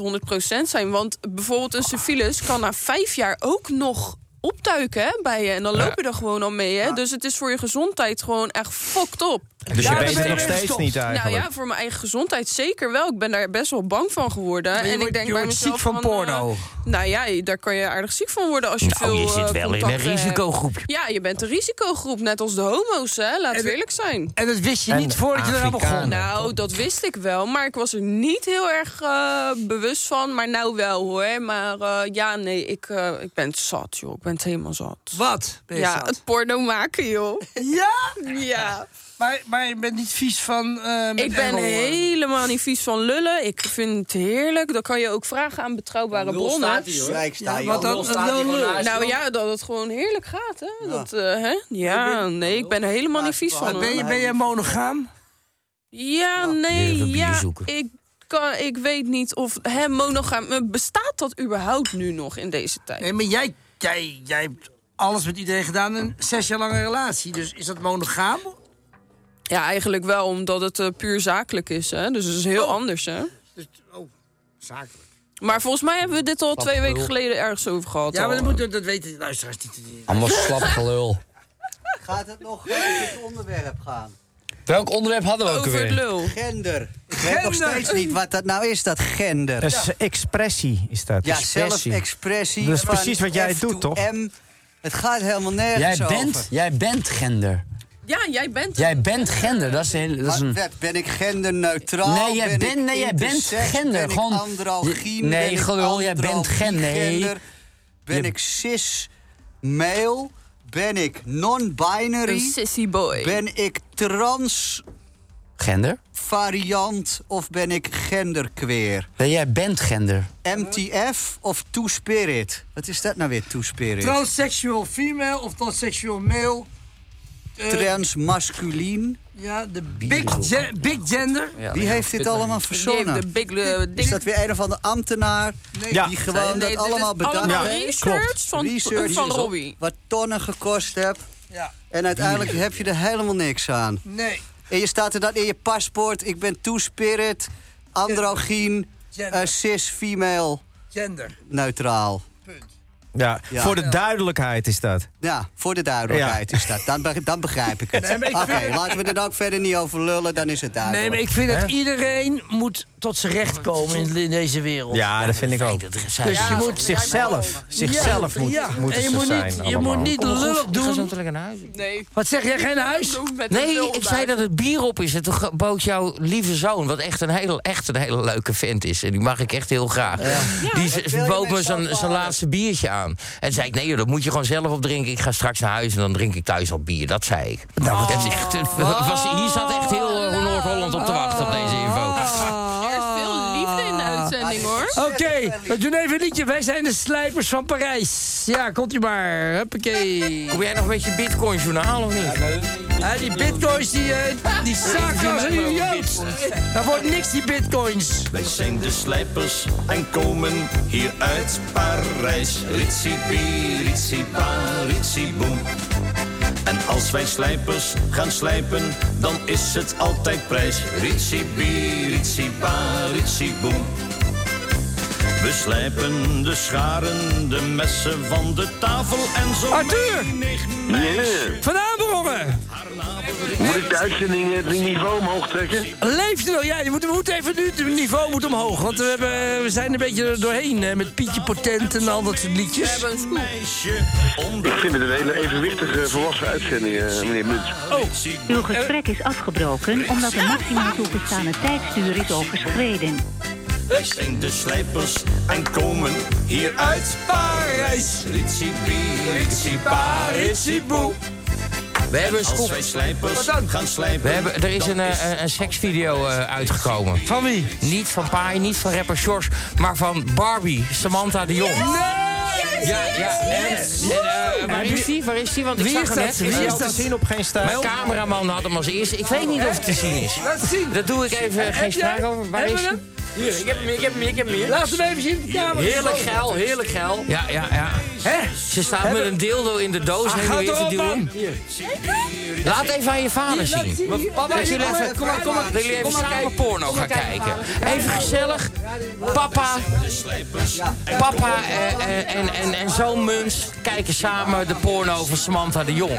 S4: 100% zijn. Want bijvoorbeeld een syphilis kan na vijf jaar ook nog opduiken hè, bij je. En dan loop je er gewoon al mee. Hè. Dus het is voor je gezondheid gewoon echt fucked op.
S15: Dus je weet het nog steeds niet
S4: Nou
S15: eigenlijk.
S4: ja, voor mijn eigen gezondheid zeker wel. Ik ben daar best wel bang van geworden.
S19: je
S4: en
S19: wordt-
S4: ik denk
S19: je
S4: bij
S19: wordt
S4: mezelf
S19: ziek van
S4: eh,
S19: porno.
S4: nou ja, daar kan je aardig ziek van worden als je
S13: Nou,
S4: veel
S13: je zit
S4: eh,
S13: wel in een
S4: contacten hebt.
S13: risicogroep.
S4: Ja, je bent een risicogroep, net als de homo's, hè. Laten we eerlijk zijn.
S7: En dat wist je niet voordat je eraan begon.
S4: Nou, dat wist ik wel, maar ik was er niet heel erg eh, bewust van. Maar nou wel, hoor. Maar eh, ja, nee, ik, eh, ik ben het zat, joh. Ik ben het helemaal zat.
S7: Wat? Ben je
S4: ja,
S7: zat?
S4: het porno maken, joh.
S7: Ja?
S4: Ja.
S7: Maar, maar je bent niet vies van... eh, met
S4: Ik ben
S7: Engel, eh.
S4: helemaal niet vies van lullen. Ik vind het heerlijk. Dan kan je ook vragen aan betrouwbare
S7: Lul
S4: bronnen.
S7: staat hier, hoor. Ja, ik sta hier.
S4: Wat dan?
S7: Lul staat hier gewoon naast,
S4: Nou
S7: joh.
S4: ja, dat het gewoon heerlijk gaat. Hè? Dat, eh, hè? Ja, nee, ik ben er helemaal niet vies van.
S7: Maar ben, je, ben jij monogaam?
S4: Ja,
S7: Weer
S4: nee,
S7: even bier
S4: ja.
S7: zoeken.
S4: Ik, kan, ik weet niet of hè, monogaam... eh, Bestaat dat überhaupt nu nog in deze tijd?
S7: Nee, maar jij, jij, jij hebt alles met iedereen gedaan in een zes jaar lange relatie. Dus is dat monogaam?
S4: Ja, eigenlijk wel, omdat het eh, puur zakelijk is. Hè? Dus het is
S7: Oh.
S4: heel anders, hè?
S7: Dus, Zakelijk.
S4: Maar volgens mij hebben we dit al
S7: Slappe
S4: twee weken
S7: lul.
S4: geleden ergens over gehad.
S7: Ja,
S4: al.
S7: maar dat, moet, dat weten de luisteraars niet.
S19: Allemaal slap gelul.
S16: Gaat het nog over het onderwerp gaan?
S19: Welk onderwerp hadden we ook weer?
S16: Gender. Ik weet nog steeds niet wat dat nou is, dat gender.
S15: Dat is expressie is dat.
S16: Ja,
S15: Expressie.
S16: zelfexpressie.
S15: Dat is
S16: van
S15: precies wat jij
S16: F
S15: doet,
S16: to
S15: toch?
S16: M. Het gaat helemaal nergens
S19: Jij bent,
S16: over.
S19: jij bent gender.
S4: Ja, jij bent...
S19: Jij bent gender. Dat is, een hele- dat is
S16: Maar
S19: een...
S16: Ben ik genderneutraal?
S19: Nee, jij
S16: Nou ben
S19: bent-
S16: ik
S19: nee, jij bent
S16: intersex?
S19: gender,
S16: Ben
S19: gewoon-
S16: ik androgyn?
S19: Nee,
S16: Ben ik
S19: gelul, jij bent gen- nee.
S16: androgygender? Ben
S19: Je-
S16: ik cis, male? Ben ik non-binary?
S4: Een sissy boy.
S16: Ben ik trans
S19: Gender?
S16: variant of ben ik genderqueer?
S19: Nee, jij bent gender.
S16: MTF of Two Spirit? Wat is dat nou weer, Two Spirit?
S7: Transsexual female of transsexual male. Eh,
S16: Transmasculien.
S7: ja, de big, gen- big gender.
S16: Wie heeft dit allemaal verzonnen? is dat weer een of andere ambtenaar
S7: Ja.
S16: die gewoon
S7: eh, Nee,
S16: dat
S7: dit is
S16: allemaal bedacht
S7: allemaal
S16: heeft?
S7: research Klopt. van-
S16: Research
S7: van Robbie.
S16: Wat tonnen gekost hebt.
S7: Ja.
S16: En uiteindelijk heb je er helemaal niks aan.
S7: Nee.
S16: En je staat er dan in je paspoort, ik ben two-spirit, androgyn, eh, cis, female.
S20: Gender.
S16: Neutraal.
S15: Ja,
S16: Ja.
S15: voor de duidelijkheid is dat.
S16: Ja, voor de duidelijkheid
S15: Ja.
S16: is dat. Dan, be- dan begrijp ik het.
S7: Nee, maar ik
S16: Oké,
S7: vind-
S16: laten we er ook verder niet over lullen, dan is het duidelijk.
S7: Nee, maar ik vind dat iedereen moet tot zijn recht komen in, in deze wereld.
S15: Ja, dat vind ik ook.
S7: Dus je moet
S15: zichzelf, zichzelf
S7: Ja,
S15: moet,
S7: ja.
S15: moeten
S7: En je
S15: ze
S7: moet
S15: zijn
S7: niet, je
S15: allemaal.
S7: moet niet lullig
S13: Ik ga
S7: doen.
S13: zo meteen naar huis.
S4: Nee.
S7: Wat zeg jij, geen huis?
S13: Nee, ik zei dat het bier op is. En toen ge- bood jouw lieve zoon, wat echt een, heel, echt een hele leuke vent is. En die mag ik echt heel graag. die z- bood me zijn, zijn laatste biertje aan. En zei ik, nee joh, dat moet je gewoon zelf opdrinken. Ik ga straks naar huis en dan drink ik thuis al bier. Dat zei ik. Nou, dat is
S7: Oh.
S13: echt, was, hier zat echt heel eh, Noord-Holland op te wachten op deze info.
S4: Er is veel liefde in de uitzending hoor.
S7: Ah. Oké, we doen even een liedje. Wij zijn de slijpers van Parijs. Ja, komt u maar. Huppakee.
S13: Kom jij nog met je Bitcoin-journaal of niet?
S7: Ja, die bitcoins, die, eh, die zakken als een idioot. Daar wordt niks, die bitcoins.
S21: Wij zijn de slijpers en komen hier uit Parijs. Ritsipi, ritsipa, ritsiboom. En als wij slijpers gaan slijpen, dan is het altijd prijs. Ritsipi, ritsipa, ritsiboom. We slijpen de scharen, de messen van de tafel en zo.
S7: Arthur!
S21: Yeah.
S7: Vanavond, jongen!
S21: Moet ik de uitzending het niveau omhoog trekken?
S7: Leeft er nog? Ja, je moet, we moeten even nu, het niveau moet omhoog. Want we, hebben, we zijn een beetje er doorheen hè, met Pietje Potent en al dat soort liedjes.
S12: Ik vind het een hele evenwichtige volwassen uitzending, eh, meneer Munt.
S7: Oh.
S22: Uw gesprek is afgebroken omdat de maximaal toegestane tijdstuur is overschreden.
S21: Wij zijn de slijpers en komen hier uit Parijs. Ritsipi, ritsipa, ritsiboe.
S13: We hebben een
S21: Als wij slijpers gaan slijpen...
S13: We hebben, er is een, eh, een, een seksvideo eh, uitgekomen.
S7: Van wie?
S13: Niet van Pai, niet van rapper George, maar van Barbie, Samantha de Jong. Ja, ja. En, en, eh, waar is die? Waar is die? Want ik
S7: Wie
S13: zag
S7: is
S13: hem
S7: dat?
S13: net.
S7: Wie is dat?
S15: Te zien op geen stijl.
S13: Mijn cameraman had hem als eerste. Ik weet niet of het te zien is.
S7: Laat zien.
S13: Dat doe ik even eh, geen spraak over. Waar is die?
S7: Hier, ik heb hem, ik heb hem, ik heb hem hier. Laat hem even zien op de camera.
S13: Heerlijk
S7: geil, heerlijk geil.
S13: Ja, ja, ja.
S7: Hè?
S13: Ze staat met een dildo in de doos
S7: Ah,
S13: heen
S7: ga
S13: en weer te
S7: erop,
S13: duwen.
S7: man.
S13: Laat even aan je vader
S7: Hier, laat zien.
S13: zien.
S7: Hier,
S13: Dat
S7: papa,
S13: jullie
S7: hier, kom
S13: even-
S7: maar, kom maar, kom maar.
S13: dat jullie even
S7: Kom maar
S13: samen
S7: kijken.
S13: porno gaan kijken. Even gezellig. Papa, papa eh, eh, en, en, en zoon Muns kijken samen de porno van Samantha de Jong.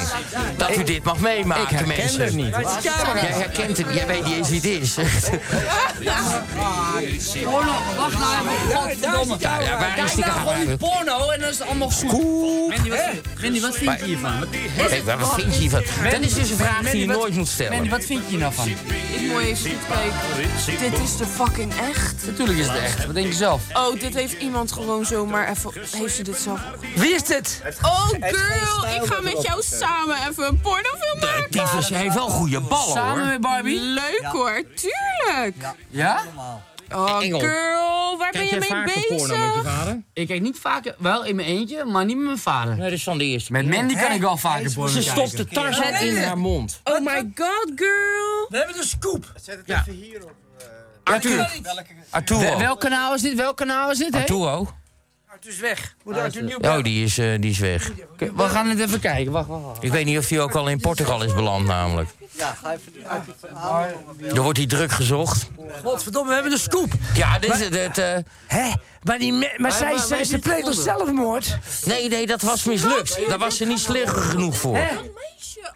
S13: Dat u dit mag meemaken,
S6: ik herken
S13: mensen.
S6: het niet.
S7: Waar is die camera?
S13: Jij herkent het, jij weet niet eens wie dit is.
S7: Wacht nou even, godverdomme.
S13: Ja, ja, waar is
S19: Kijk
S13: die
S19: nou
S13: camera?
S19: gewoon porno en dan is het allemaal goed. Mandy, wat, Mandy, wat vind je hiervan? Wat is het?
S13: Kijk, maar wat vind je hiervan? Dat is dus een vraag die je
S19: Mandy, wat-
S13: nooit moet stellen.
S19: Mandy, wat vind je hier nou van?
S23: Ik moet even goed kijken. Dit is de fucking echt.
S19: Natuurlijk is het echt. Wat denk je zelf?
S23: Oh, dit heeft iemand gewoon zomaar even... Heeft ze dit zelf opgegeven?
S7: Wie is dit?
S4: Oh girl, ik ga met jou samen even een pornofilm maken.
S13: Dieven, ze heeft wel goede ballen
S19: Samen
S13: hoor.
S19: met Barbie?
S4: Leuk hoor, tuurlijk.
S19: Ja?
S4: Oh girl, waar ben je mee bezig?
S19: Ik kijk niet vaker, wel in mijn eentje, maar niet met mijn vader. Nee,
S13: dat is dan de eerste
S19: Met Mandy kan
S7: Hè?
S19: ik wel vaker porno
S13: Ze
S19: kijken.
S13: stopt de Tarzan
S19: Het
S13: in
S19: is-
S13: haar mond.
S4: Oh my god girl.
S7: We hebben een scoop.
S24: Zet het
S13: Ja.
S24: even hier op. eh,
S13: Arthur.
S19: Wel-
S13: Arturo.
S19: Welk kanaal is dit? Welk kanaal is dit? hè?
S13: Arturo?
S7: Arthur is weg. Moet Arthur nieuw
S13: Oh, die is, eh, die is weg.
S19: Oké, We gaan het even kijken. Wacht, wacht, wacht.
S13: Ik weet niet of hij ook al in Portugal is beland namelijk.
S16: Ja, ga even uit het
S13: Er wordt hij druk gezocht.
S7: Godverdomme, we hebben een scoop.
S13: Ja, dit is het. het, eh,
S7: Hé, maar, die me- maar
S13: Waar-
S7: zij,
S13: waar- waar
S7: zij
S13: is
S7: ze
S13: dit
S7: pleegt toch
S13: gevonden?
S7: zelfmoord?
S13: nee, nee, dat was mislukt. Daar was ze niet slinger genoeg voor.
S7: Hè?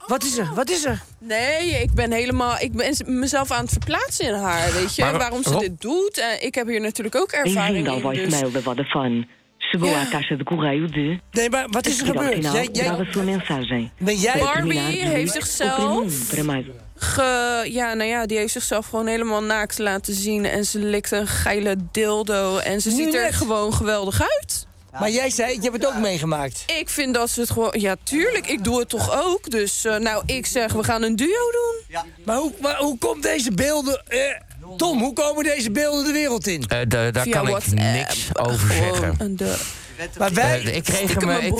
S7: Wat is er? Wat is er?
S4: Oh, Nee, ik ben helemaal, ik ben mezelf aan het verplaatsen in haar, weet je.
S22: Maar-
S4: Waarom ze
S22: Rob-
S4: dit doet. En ik heb hier natuurlijk ook
S22: Bem-vindo
S4: ervaring
S22: ao
S4: in. Dus...
S22: voicemail da Vodafone. Chegou à caixa de correio de...
S7: Nee, maar wat is er gebeurd? Jij-
S22: Jij,
S7: jij-
S22: a sua mensagem.
S7: Ben jij-
S22: Para
S4: Barbie
S22: terminar,
S4: heeft
S22: oprime
S4: zichzelf-
S22: um para mais.
S4: Ge, ja, nou ja, die heeft zichzelf gewoon helemaal naakt laten zien. En ze likt een geile dildo. En ze
S7: Nu
S4: ziet er
S7: net.
S4: gewoon geweldig uit.
S7: Maar jij zei, je hebt het ook meegemaakt.
S4: Ik vind dat ze het gewoon... Ja, tuurlijk, ik doe het toch ook. Dus eh, nou, ik zeg, we gaan een duo doen.
S7: Maar hoe, maar hoe komt deze beelden... eh, Tom, hoe komen deze beelden de wereld in?
S13: Eh, da- daar
S7: Via
S13: kan ik
S7: WhatsApp, eh,
S13: niks over zeggen.
S7: Maar wij...
S13: Eh, ik, kreeg hem, eh, ik,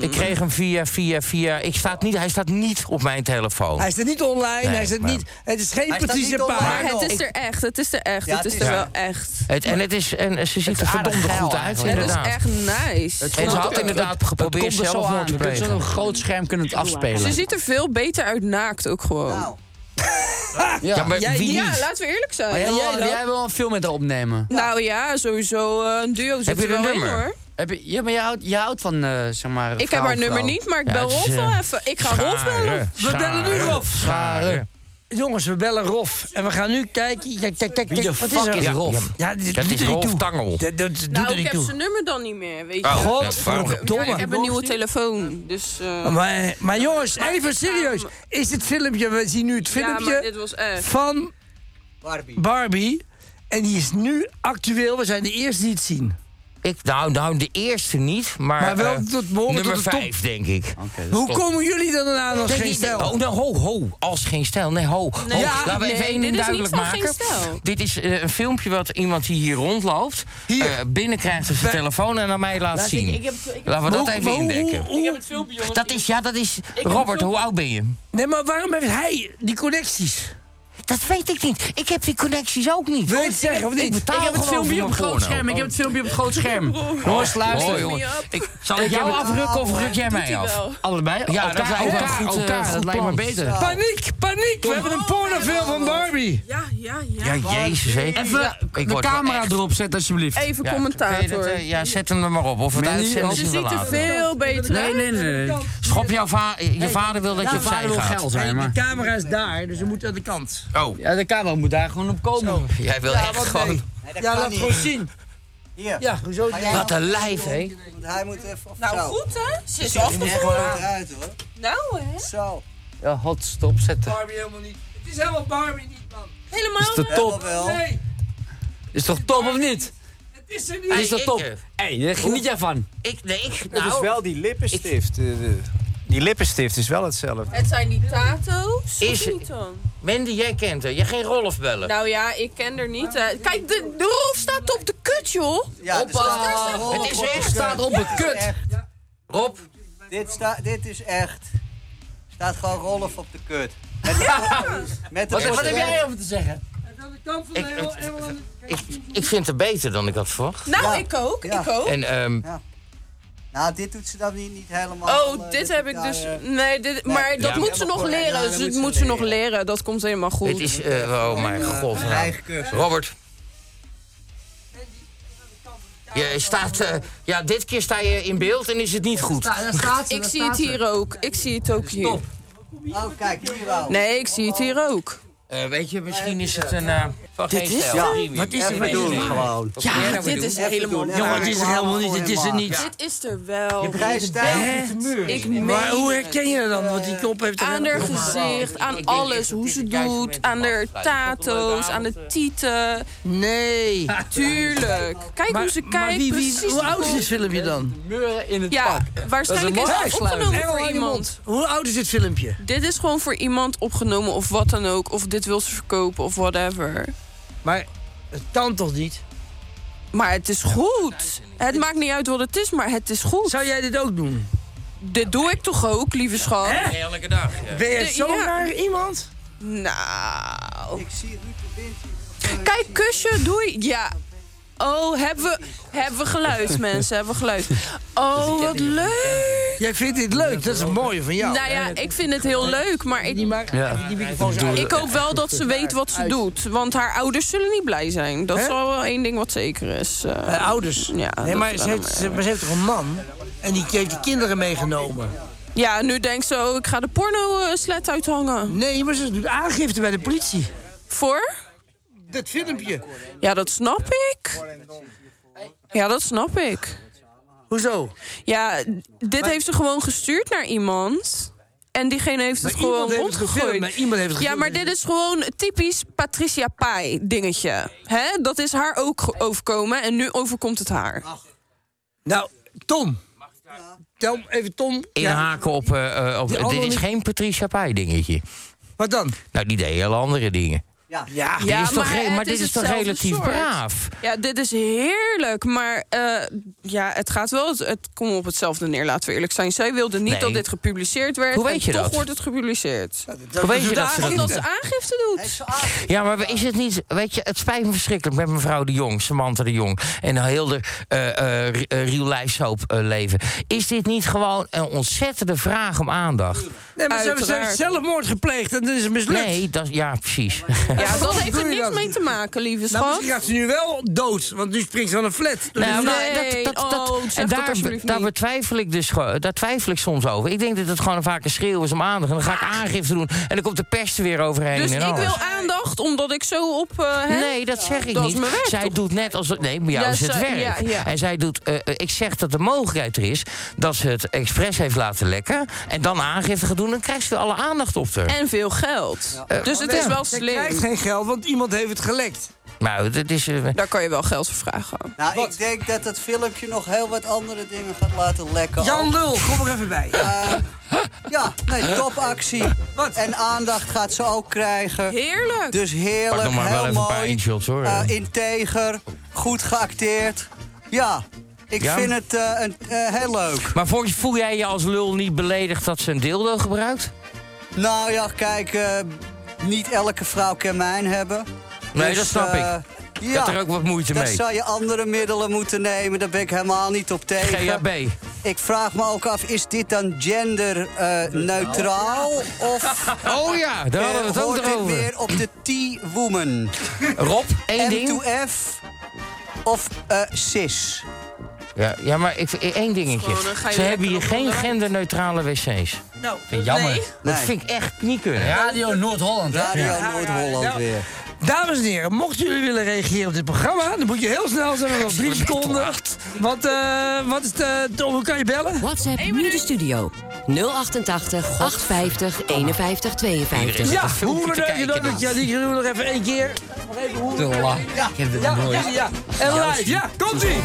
S13: ik kreeg hem via, via, via. Ik staat niet, hij staat niet op mijn telefoon.
S7: Hij staat niet online,
S13: Nee,
S7: hij staat
S13: maar-
S7: niet... Het is geen
S4: Hij staat
S7: precieze
S4: niet online.
S7: paar.
S4: Maar het is er echt, het is er echt,
S7: Ja,
S4: het
S7: het
S4: is
S7: is
S4: er
S7: er.
S4: wel echt.
S13: Het, en het is, en ze ziet er verdomd goed uit,
S4: Het is
S13: inderdaad.
S4: echt nice.
S13: En ze had inderdaad geprobeerd
S19: komt er zo
S13: zelfmoord
S19: aan.
S13: te
S19: Het komt
S13: plegen.
S19: zo'n groot scherm kunnen het
S4: Ze
S19: afspelen.
S15: Nou.
S4: ziet er veel beter uit naakt ook gewoon.
S19: Ja, maar
S4: Jij-
S19: wie
S4: ja,
S19: niet?
S4: laten we eerlijk zijn.
S19: Maar jij, wil,
S4: Jij dan?
S19: jij wil een film met haar opnemen.
S4: Nou ja, sowieso eh, een duo zit
S19: Heb je
S4: er
S19: een
S4: wel in,
S19: nummer?
S4: hoor.
S19: Heb je, ja, maar je houdt, je houdt van, eh zeg maar...
S4: Ik heb
S19: vrouw,
S4: haar nummer
S19: vrouw.
S4: niet, maar ik
S19: Ja,
S4: bel
S19: het is,
S4: Rolf wel
S19: eh,
S4: even. Ik ga Rolf
S19: scharen,
S4: bellen.
S7: We bellen nu
S19: scharen,
S7: Rolf.
S19: scharen.
S7: Jongens, we bellen Rof. En we gaan nu kijken. Kijk, kijk, kijk.
S19: Wie de
S7: kijk, Wat
S19: fuck
S7: er?
S19: is Rolf?
S7: Ja, Ja,
S19: Dat
S7: dit doet
S19: is
S7: er niet
S19: Rolf
S7: toe.
S19: Tangel.
S7: Dat- dat doet
S4: Nou,
S7: er
S4: ik
S7: niet
S4: heb
S7: toe.
S4: zijn nummer dan niet meer, weet je.
S7: Oh, Godverdomme.
S4: Ja, ik heb een nieuwe telefoon, dus... eh,
S7: Maar, maar jongens, even serieus. Is dit filmpje, we zien nu het
S4: Ja, maar
S7: filmpje
S4: dit was eh, echt.
S7: van Barbie. En die is nu actueel. We zijn de eerste die het zien.
S13: Ik, nou, nou, de eerste niet, maar,
S7: Maar wel
S13: eh,
S7: tot behoren
S13: nummer
S7: tot de top.
S13: vijf, denk ik.
S7: Hoe komen jullie dan daarna nog geen
S13: dus Nee, nee, nee.
S7: stijl?
S13: Oh, nou, ho, ho. Als geen stijl. Nee, ho.
S7: Nee,
S13: ho.
S7: ja,
S13: Laten we
S7: nee,
S13: even één
S7: dit
S13: ding
S7: is
S13: duidelijk
S7: niet van geen
S13: maken.
S7: stijl.
S13: Dit is eh, een filmpje wat iemand die hier rondloopt... eh, binnenkrijgt op zijn telefoon en aan mij laat
S19: Laat ik-
S13: zien.
S19: ik heb- ik heb-
S13: Laten we dat
S19: Hoe-
S13: even
S19: hoe-
S13: indekken.
S19: hoe- Ik heb het filmpje, jongens.
S13: Dat is, ja, dat is...
S19: heb het
S13: Robert, hoe
S19: filmpje.
S13: oud ben je?
S7: Nee, maar waarom heeft hij die connecties?
S13: Dat weet ik niet. Ik heb die connecties ook niet.
S7: Wil je het zeggen of niet?
S13: Ik betaal
S19: Ik heb het
S13: gewoon
S19: filmpje
S13: voor
S19: op het
S13: mijn
S19: groot
S13: porno.
S19: scherm. Ik heb het filmpje op het groot scherm. Jongens,
S13: Jongens,
S19: luister.
S13: luister. Ik, zal ik
S19: Ik
S13: jou
S19: heb het-
S13: afrukken of
S19: Oh,
S13: ruk jij
S19: doet
S13: mij
S19: hij
S13: af?
S19: wel. Allebei? Oh,
S13: Ja,
S19: Elkaar-
S13: dat lijkt me
S19: elkaar-
S13: goed, eh,
S19: elkaar,
S13: goed
S19: dat lijkt me
S13: plan.
S19: beter.
S13: Zo.
S7: Paniek, paniek! We hebben een pornofilm van Barbie.
S4: Ja, ja, ja.
S13: Ja, jezus, hè.
S19: Even
S13: Ja, ik
S19: de
S13: word wel
S19: camera
S13: echt-
S19: erop zetten, alsjeblieft.
S4: Even
S13: Ja,
S4: commentaar,
S13: kun je dat,
S4: hoor.
S13: eh, Ja, zet hem er maar op. Of het
S19: Mandy,
S13: uitzenden
S7: oh,
S19: als je
S13: is
S19: ziet
S13: wel
S19: te
S13: later.
S4: Veel beter.
S19: Nee, nee, nee. nee.
S13: Schop jouw va je vader wil dat
S19: Ja,
S13: je opzij
S19: vader wil
S13: gaat.
S19: geld zijn,
S7: De
S19: maar...
S7: camera is daar, dus we moeten aan de kant.
S13: Oh,
S19: Ja, de camera moet daar gewoon op komen.
S13: jij wil
S7: Ja,
S13: echt
S7: wat
S13: gewoon...
S7: nee. Ja, laat gewoon zien.
S16: Hier.
S7: Ja, hoezo?
S16: Maar jij
S13: Wat
S16: mag
S13: een
S16: niet
S13: lijf,
S16: doen,
S13: hè?
S16: want Hij moet even... of
S4: Nou,
S16: zo.
S4: goed, hè? Ze is
S16: Ziet er niet
S4: afgevallen.
S16: goed uit, hoor.
S4: Nou, hè?
S16: Zo.
S19: Ja, hot stop zetten.
S7: Barbie helemaal niet. Het is helemaal Barbie niet, man.
S4: Helemaal
S19: Is de
S4: niet.
S19: top.
S16: Wel.
S7: Nee,
S19: Is toch top of niet?
S7: het is er
S19: Is
S7: niet.
S19: toch
S13: ik,
S19: top?
S13: eh,
S19: Hé, daar
S7: Nou.
S19: geniet jij van.
S13: Ik, nee, ik,
S15: Het is
S13: nou,
S15: wel die lippenstift. eh, de- die lippenstift is wel hetzelfde.
S4: Het zijn die tato's.
S13: Is-
S4: Is niet dan?
S13: Mandy, jij kent haar. Jij geen Rolf bellen.
S4: Nou ja, ik ken er niet. hè. Kijk, de, de Rolf staat op de kut, joh.
S16: Ja, dit staat-
S13: het is echt staat op een
S16: dit is
S13: kut.
S16: echt.
S13: Rob,
S16: Dit, sta, dit is echt. Staat gewoon Rolf op de kut. Met, met de
S19: Wat, wat heb
S16: portret.
S19: jij over te zeggen?
S13: ik, ik, ik vind het beter dan ik had verwacht.
S4: Nou,
S16: Ja.
S4: ik ook.
S16: Ja.
S4: Ik ook.
S13: En ehm,
S16: Ja. Nou, dit doet ze dan niet, niet helemaal.
S4: Oh,
S16: eh,
S4: dit heb ik
S16: elkaar,
S4: dus.
S16: eh,
S4: Nee, dit,
S16: nee,
S4: maar dat
S13: ja.
S4: moet ze nog
S16: Ja,
S4: leren. dus Ze-
S16: dat moet
S4: dat
S16: ze
S4: moet ze nog leren. Dat komt helemaal goed.
S13: het is... eh, oh mijn god. nou.
S16: eigen cursus.
S13: Robert. Je staat, eh, ja, dit keer sta je in beeld en is het niet goed.
S4: ik zie het hier ook. Ik zie het ook hier.
S16: Oh, kijk, hier wel.
S4: Nee, ik zie het hier ook.
S13: Eh, weet je, misschien is het een... eh van
S7: Dit
S13: geen
S7: is-
S13: stijl.
S7: ja,
S13: Premium.
S7: wat is er
S13: Ja,
S7: mee
S13: dit
S7: doen?
S16: Gewoon.
S13: Wat moet jij
S4: Ja,
S13: nou weer
S4: dit
S13: doen?
S4: is er helemaal niet.
S7: Jongen, het is er helemaal niet. Het is er niet.
S4: Dit is er wel.
S16: Je prijs
S7: Hè?
S16: staat.
S4: Ik
S7: Maar
S4: meen
S7: hoe
S4: het.
S7: herken je dat dan? Want die kop heeft er
S4: Aan haar
S7: helemaal-
S4: gezicht, aan alles, hoe ze doet, aan haar tato's, aan de tieten.
S7: Nee.
S4: Tuurlijk. Kijk hoe ze
S7: Maar
S4: kijkt,
S7: wie, wie,
S4: precies.
S7: hoe oud is dit filmpje dan?
S19: Muren in het
S4: Ja,
S19: pak.
S4: waarschijnlijk is het opgenomen
S7: Engel
S4: voor
S7: aan je
S4: iemand.
S7: mond. Hoe oud is dit filmpje?
S4: Dit is gewoon voor iemand opgenomen of wat dan ook. Of dit wil ze verkopen of whatever.
S7: Maar het kan toch niet?
S4: Maar het is goed. Het maakt niet uit wat het is, maar het is goed.
S7: Zou jij dit ook doen?
S4: Dit doe ik toch ook, lieve schat?
S13: Elke dag, ja.
S7: Ben je
S4: De-
S7: zo
S4: ja.
S7: raar iemand?
S4: Nou.
S16: Ik zie Ruud de
S11: eh,
S16: Wind hier.
S4: Kijk, kusje, doei. Ja. Oh, hebben we, hebben we geluid, mensen. Hebben we geluid. Oh, wat leuk.
S7: Jij vindt dit leuk, dat is het mooie van jou.
S4: Nou ja, ik vind het heel leuk, maar
S7: Die
S4: ik,
S7: maakt die microfoon zo
S4: ik hoop wel dat ze weet wat ze doet. Want haar ouders zullen niet blij zijn. Dat is al wel één ding wat zeker is. Eh,
S7: Eh, ouders.
S4: Ja,
S7: nee,
S4: dat
S7: maar
S4: is
S7: ze,
S4: wel
S7: heeft,
S4: een- eh,
S7: ze, maar ze heeft toch een man? En die heeft de kinderen meegenomen.
S4: ja, nu denkt ze, oh, ik ga de porno-slet uithangen.
S7: Nee, maar ze doet aangifte bij de politie.
S4: Voor?
S7: Dat filmpje.
S4: Ja, dat snap ik. Ja, dat snap ik.
S7: Hoezo?
S4: Ja, dit heeft ze gewoon gestuurd naar iemand. En diegene heeft het
S7: Maar
S4: gewoon
S7: iemand heeft het gefilmd,
S4: rondgegooid.
S7: maar iemand heeft het
S4: ja,
S7: gefilmd.
S4: maar dit is gewoon typisch Patricia Pai dingetje. hè dat is haar ook ge- overkomen en nu overkomt het haar.
S7: Nou, Tom. Tel even Tom.
S13: Inhaken op... eh, eh, op
S7: andere
S13: dit is
S7: niet-
S13: geen Patricia Pai dingetje.
S7: Wat dan?
S13: Nou, die deed hele andere dingen. Ja, ja, dit is toch, re- maar
S4: het
S13: dit is toch
S4: hetzelfde
S13: relatief
S4: soort.
S13: braaf?
S4: Ja, dit is heerlijk. Maar eh, ja, het gaat wel. Het, het komt op hetzelfde neer, laten we eerlijk zijn. Zij wilde niet
S13: Nee.
S4: dat dit gepubliceerd werd.
S13: Hoe weet
S4: en
S13: je
S4: toch
S13: dat?
S4: wordt het gepubliceerd.
S13: Hoe weet je dat ze dat
S4: Omdat
S13: doen?
S4: ze aangifte doet.
S13: Ja, maar is het niet... Weet je, het spijt me verschrikkelijk met mevrouw de Jong, Samantha de Jong... en heel de eh, eh, re- eh, real life soap eh, leven. Is dit niet gewoon een ontzettende vraag om aandacht?
S7: Nee, maar ze hebben- ze hebben
S4: Uiteraard.
S7: zelfmoord gepleegd en dan is het mislukt.
S13: Nee, dat, ja, precies.
S4: Ja, dat heeft
S7: Doe
S4: er
S7: je
S4: niks
S7: dat?
S4: mee te maken, lieve
S7: Nou,
S4: schat.
S7: misschien gaat ze nu wel dood, want nu springt ze van een flat. Dus
S13: Nou, maar
S4: Nee,
S13: dat, dat, dat,
S4: oh, zeg
S13: en
S4: dat
S13: daar,
S4: alsjeblieft
S13: daar
S4: niet.
S13: betwijfel ik dus gewoon- daar twijfel ik soms over. Ik denk dat het gewoon vaak een schreeuw is om aandacht. En dan ga ik
S7: Ah.
S13: aangifte doen en dan komt de pers er weer overheen.
S4: Dus
S13: en
S4: ik
S13: alles.
S4: wil aandacht omdat ik zo op. eh, hè?
S13: Nee, dat zeg ik
S4: Dat is
S13: niet.
S4: mijn werk,
S13: zij doet net als. Nee, bij jou
S4: Ja,
S13: is het
S4: zij-
S13: werk.
S4: ja, ja.
S13: En zij doet. eh, eh, ik zeg dat de mogelijkheid er is dat ze het expres heeft laten lekken. En dan aangifte gaat doen. Dan krijgt ze weer alle aandacht op haar. oh,
S4: En veel geld.
S13: eh,
S4: Dus het is wel slim.
S7: Ze krijgt geen geld, want iemand heeft het gelekt.
S13: Nou, dat is. eh,
S4: Daar kan je wel geld voor vragen.
S16: Nou, ik denk dat het filmpje nog heel wat andere dingen gaat laten lekken.
S7: Jan
S16: Ook,
S7: Lul, kom er even bij.
S16: eh, ja, nee, topactie. En aandacht gaat ze ook krijgen.
S4: Heerlijk.
S16: Dus heerlijk,
S13: Pak nog maar
S16: heel
S13: wel even een
S16: mooi.
S13: paar inshots hoor.
S16: eh, integer, goed geacteerd. Ja, ik
S13: Ja?
S16: vind het eh, een, eh, heel leuk.
S13: maar voel, voel jij je als lul niet beledigd dat ze een dildo gebruikt?
S16: Nou ja, kijk, eh, niet elke vrouw kan mijn hebben.
S13: Nee, dat snap ik.
S16: eh,
S13: Je hebt er ook wat moeite
S16: dan
S13: mee.
S16: zou je andere middelen moeten nemen, daar ben ik helemaal niet op tegen.
S13: GHB.
S16: Ik vraag me ook af, is dit dan genderneutraal? of
S13: Oh ja, daar hadden we het
S16: eh,
S13: ook
S16: hoort dit
S13: erover.
S16: weer op de T-woman?
S13: Rob, één ding.
S16: M2F of eh, cis?
S13: Ja, ja maar ik, één dingetje.
S16: Gewoon, dan ga je
S13: Ze hebben
S16: lekker
S13: hier geen
S16: op onderuit.
S13: genderneutrale wc's.
S7: Nou,
S13: Vind ik jammer.
S7: nee.
S13: Dat
S7: Nee.
S13: vind ik echt niet kunnen.
S7: Radio
S13: Noord-Holland,
S7: Ja. Ja. Dames en heren, mochten jullie willen reageren op dit programma, dan moet je heel snel zijn, nog drie seconden. Wat, eh, wat is de, de- hoe kan je bellen?
S6: WhatsApp nu de studio. 088 850 51 52.
S7: Ja, hoe leuk je dat doet. Ja, die doen we nog even één keer. Nog even hoe-
S6: Te lang.
S7: Ja,
S6: Ik heb dit
S7: ja,
S6: nog nooit.
S7: ja, ja. En live, ja, komt-ie. 3,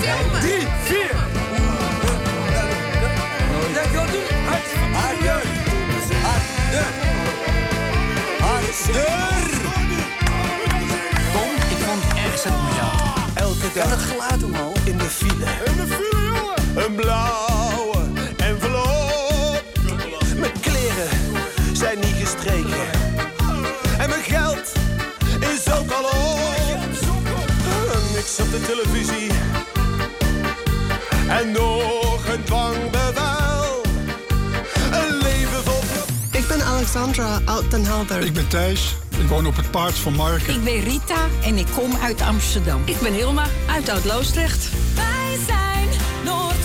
S7: 4. Ja, komt-ie. Harder. Harder.
S16: Harder.
S18: Tom, ik vond het erg zet met jou. Elke dag.
S16: dat geluid doen al.
S18: In de file. In de file, jongen. Een blauwe envelop. Mijn kleren zijn niet gestreken. En mijn geld is ook al op. Niks op de televisie. En nog een dwangbevel. Een leven vol
S25: Ik ben Alexandra oud den Helder. Ik ben Thijs. Ik woon op het paard van Marken.
S10: Ik ben Rita en ik kom uit Amsterdam. Ik ben Hilma uit Oud-Loosdrecht.
S26: Wij zijn Noord.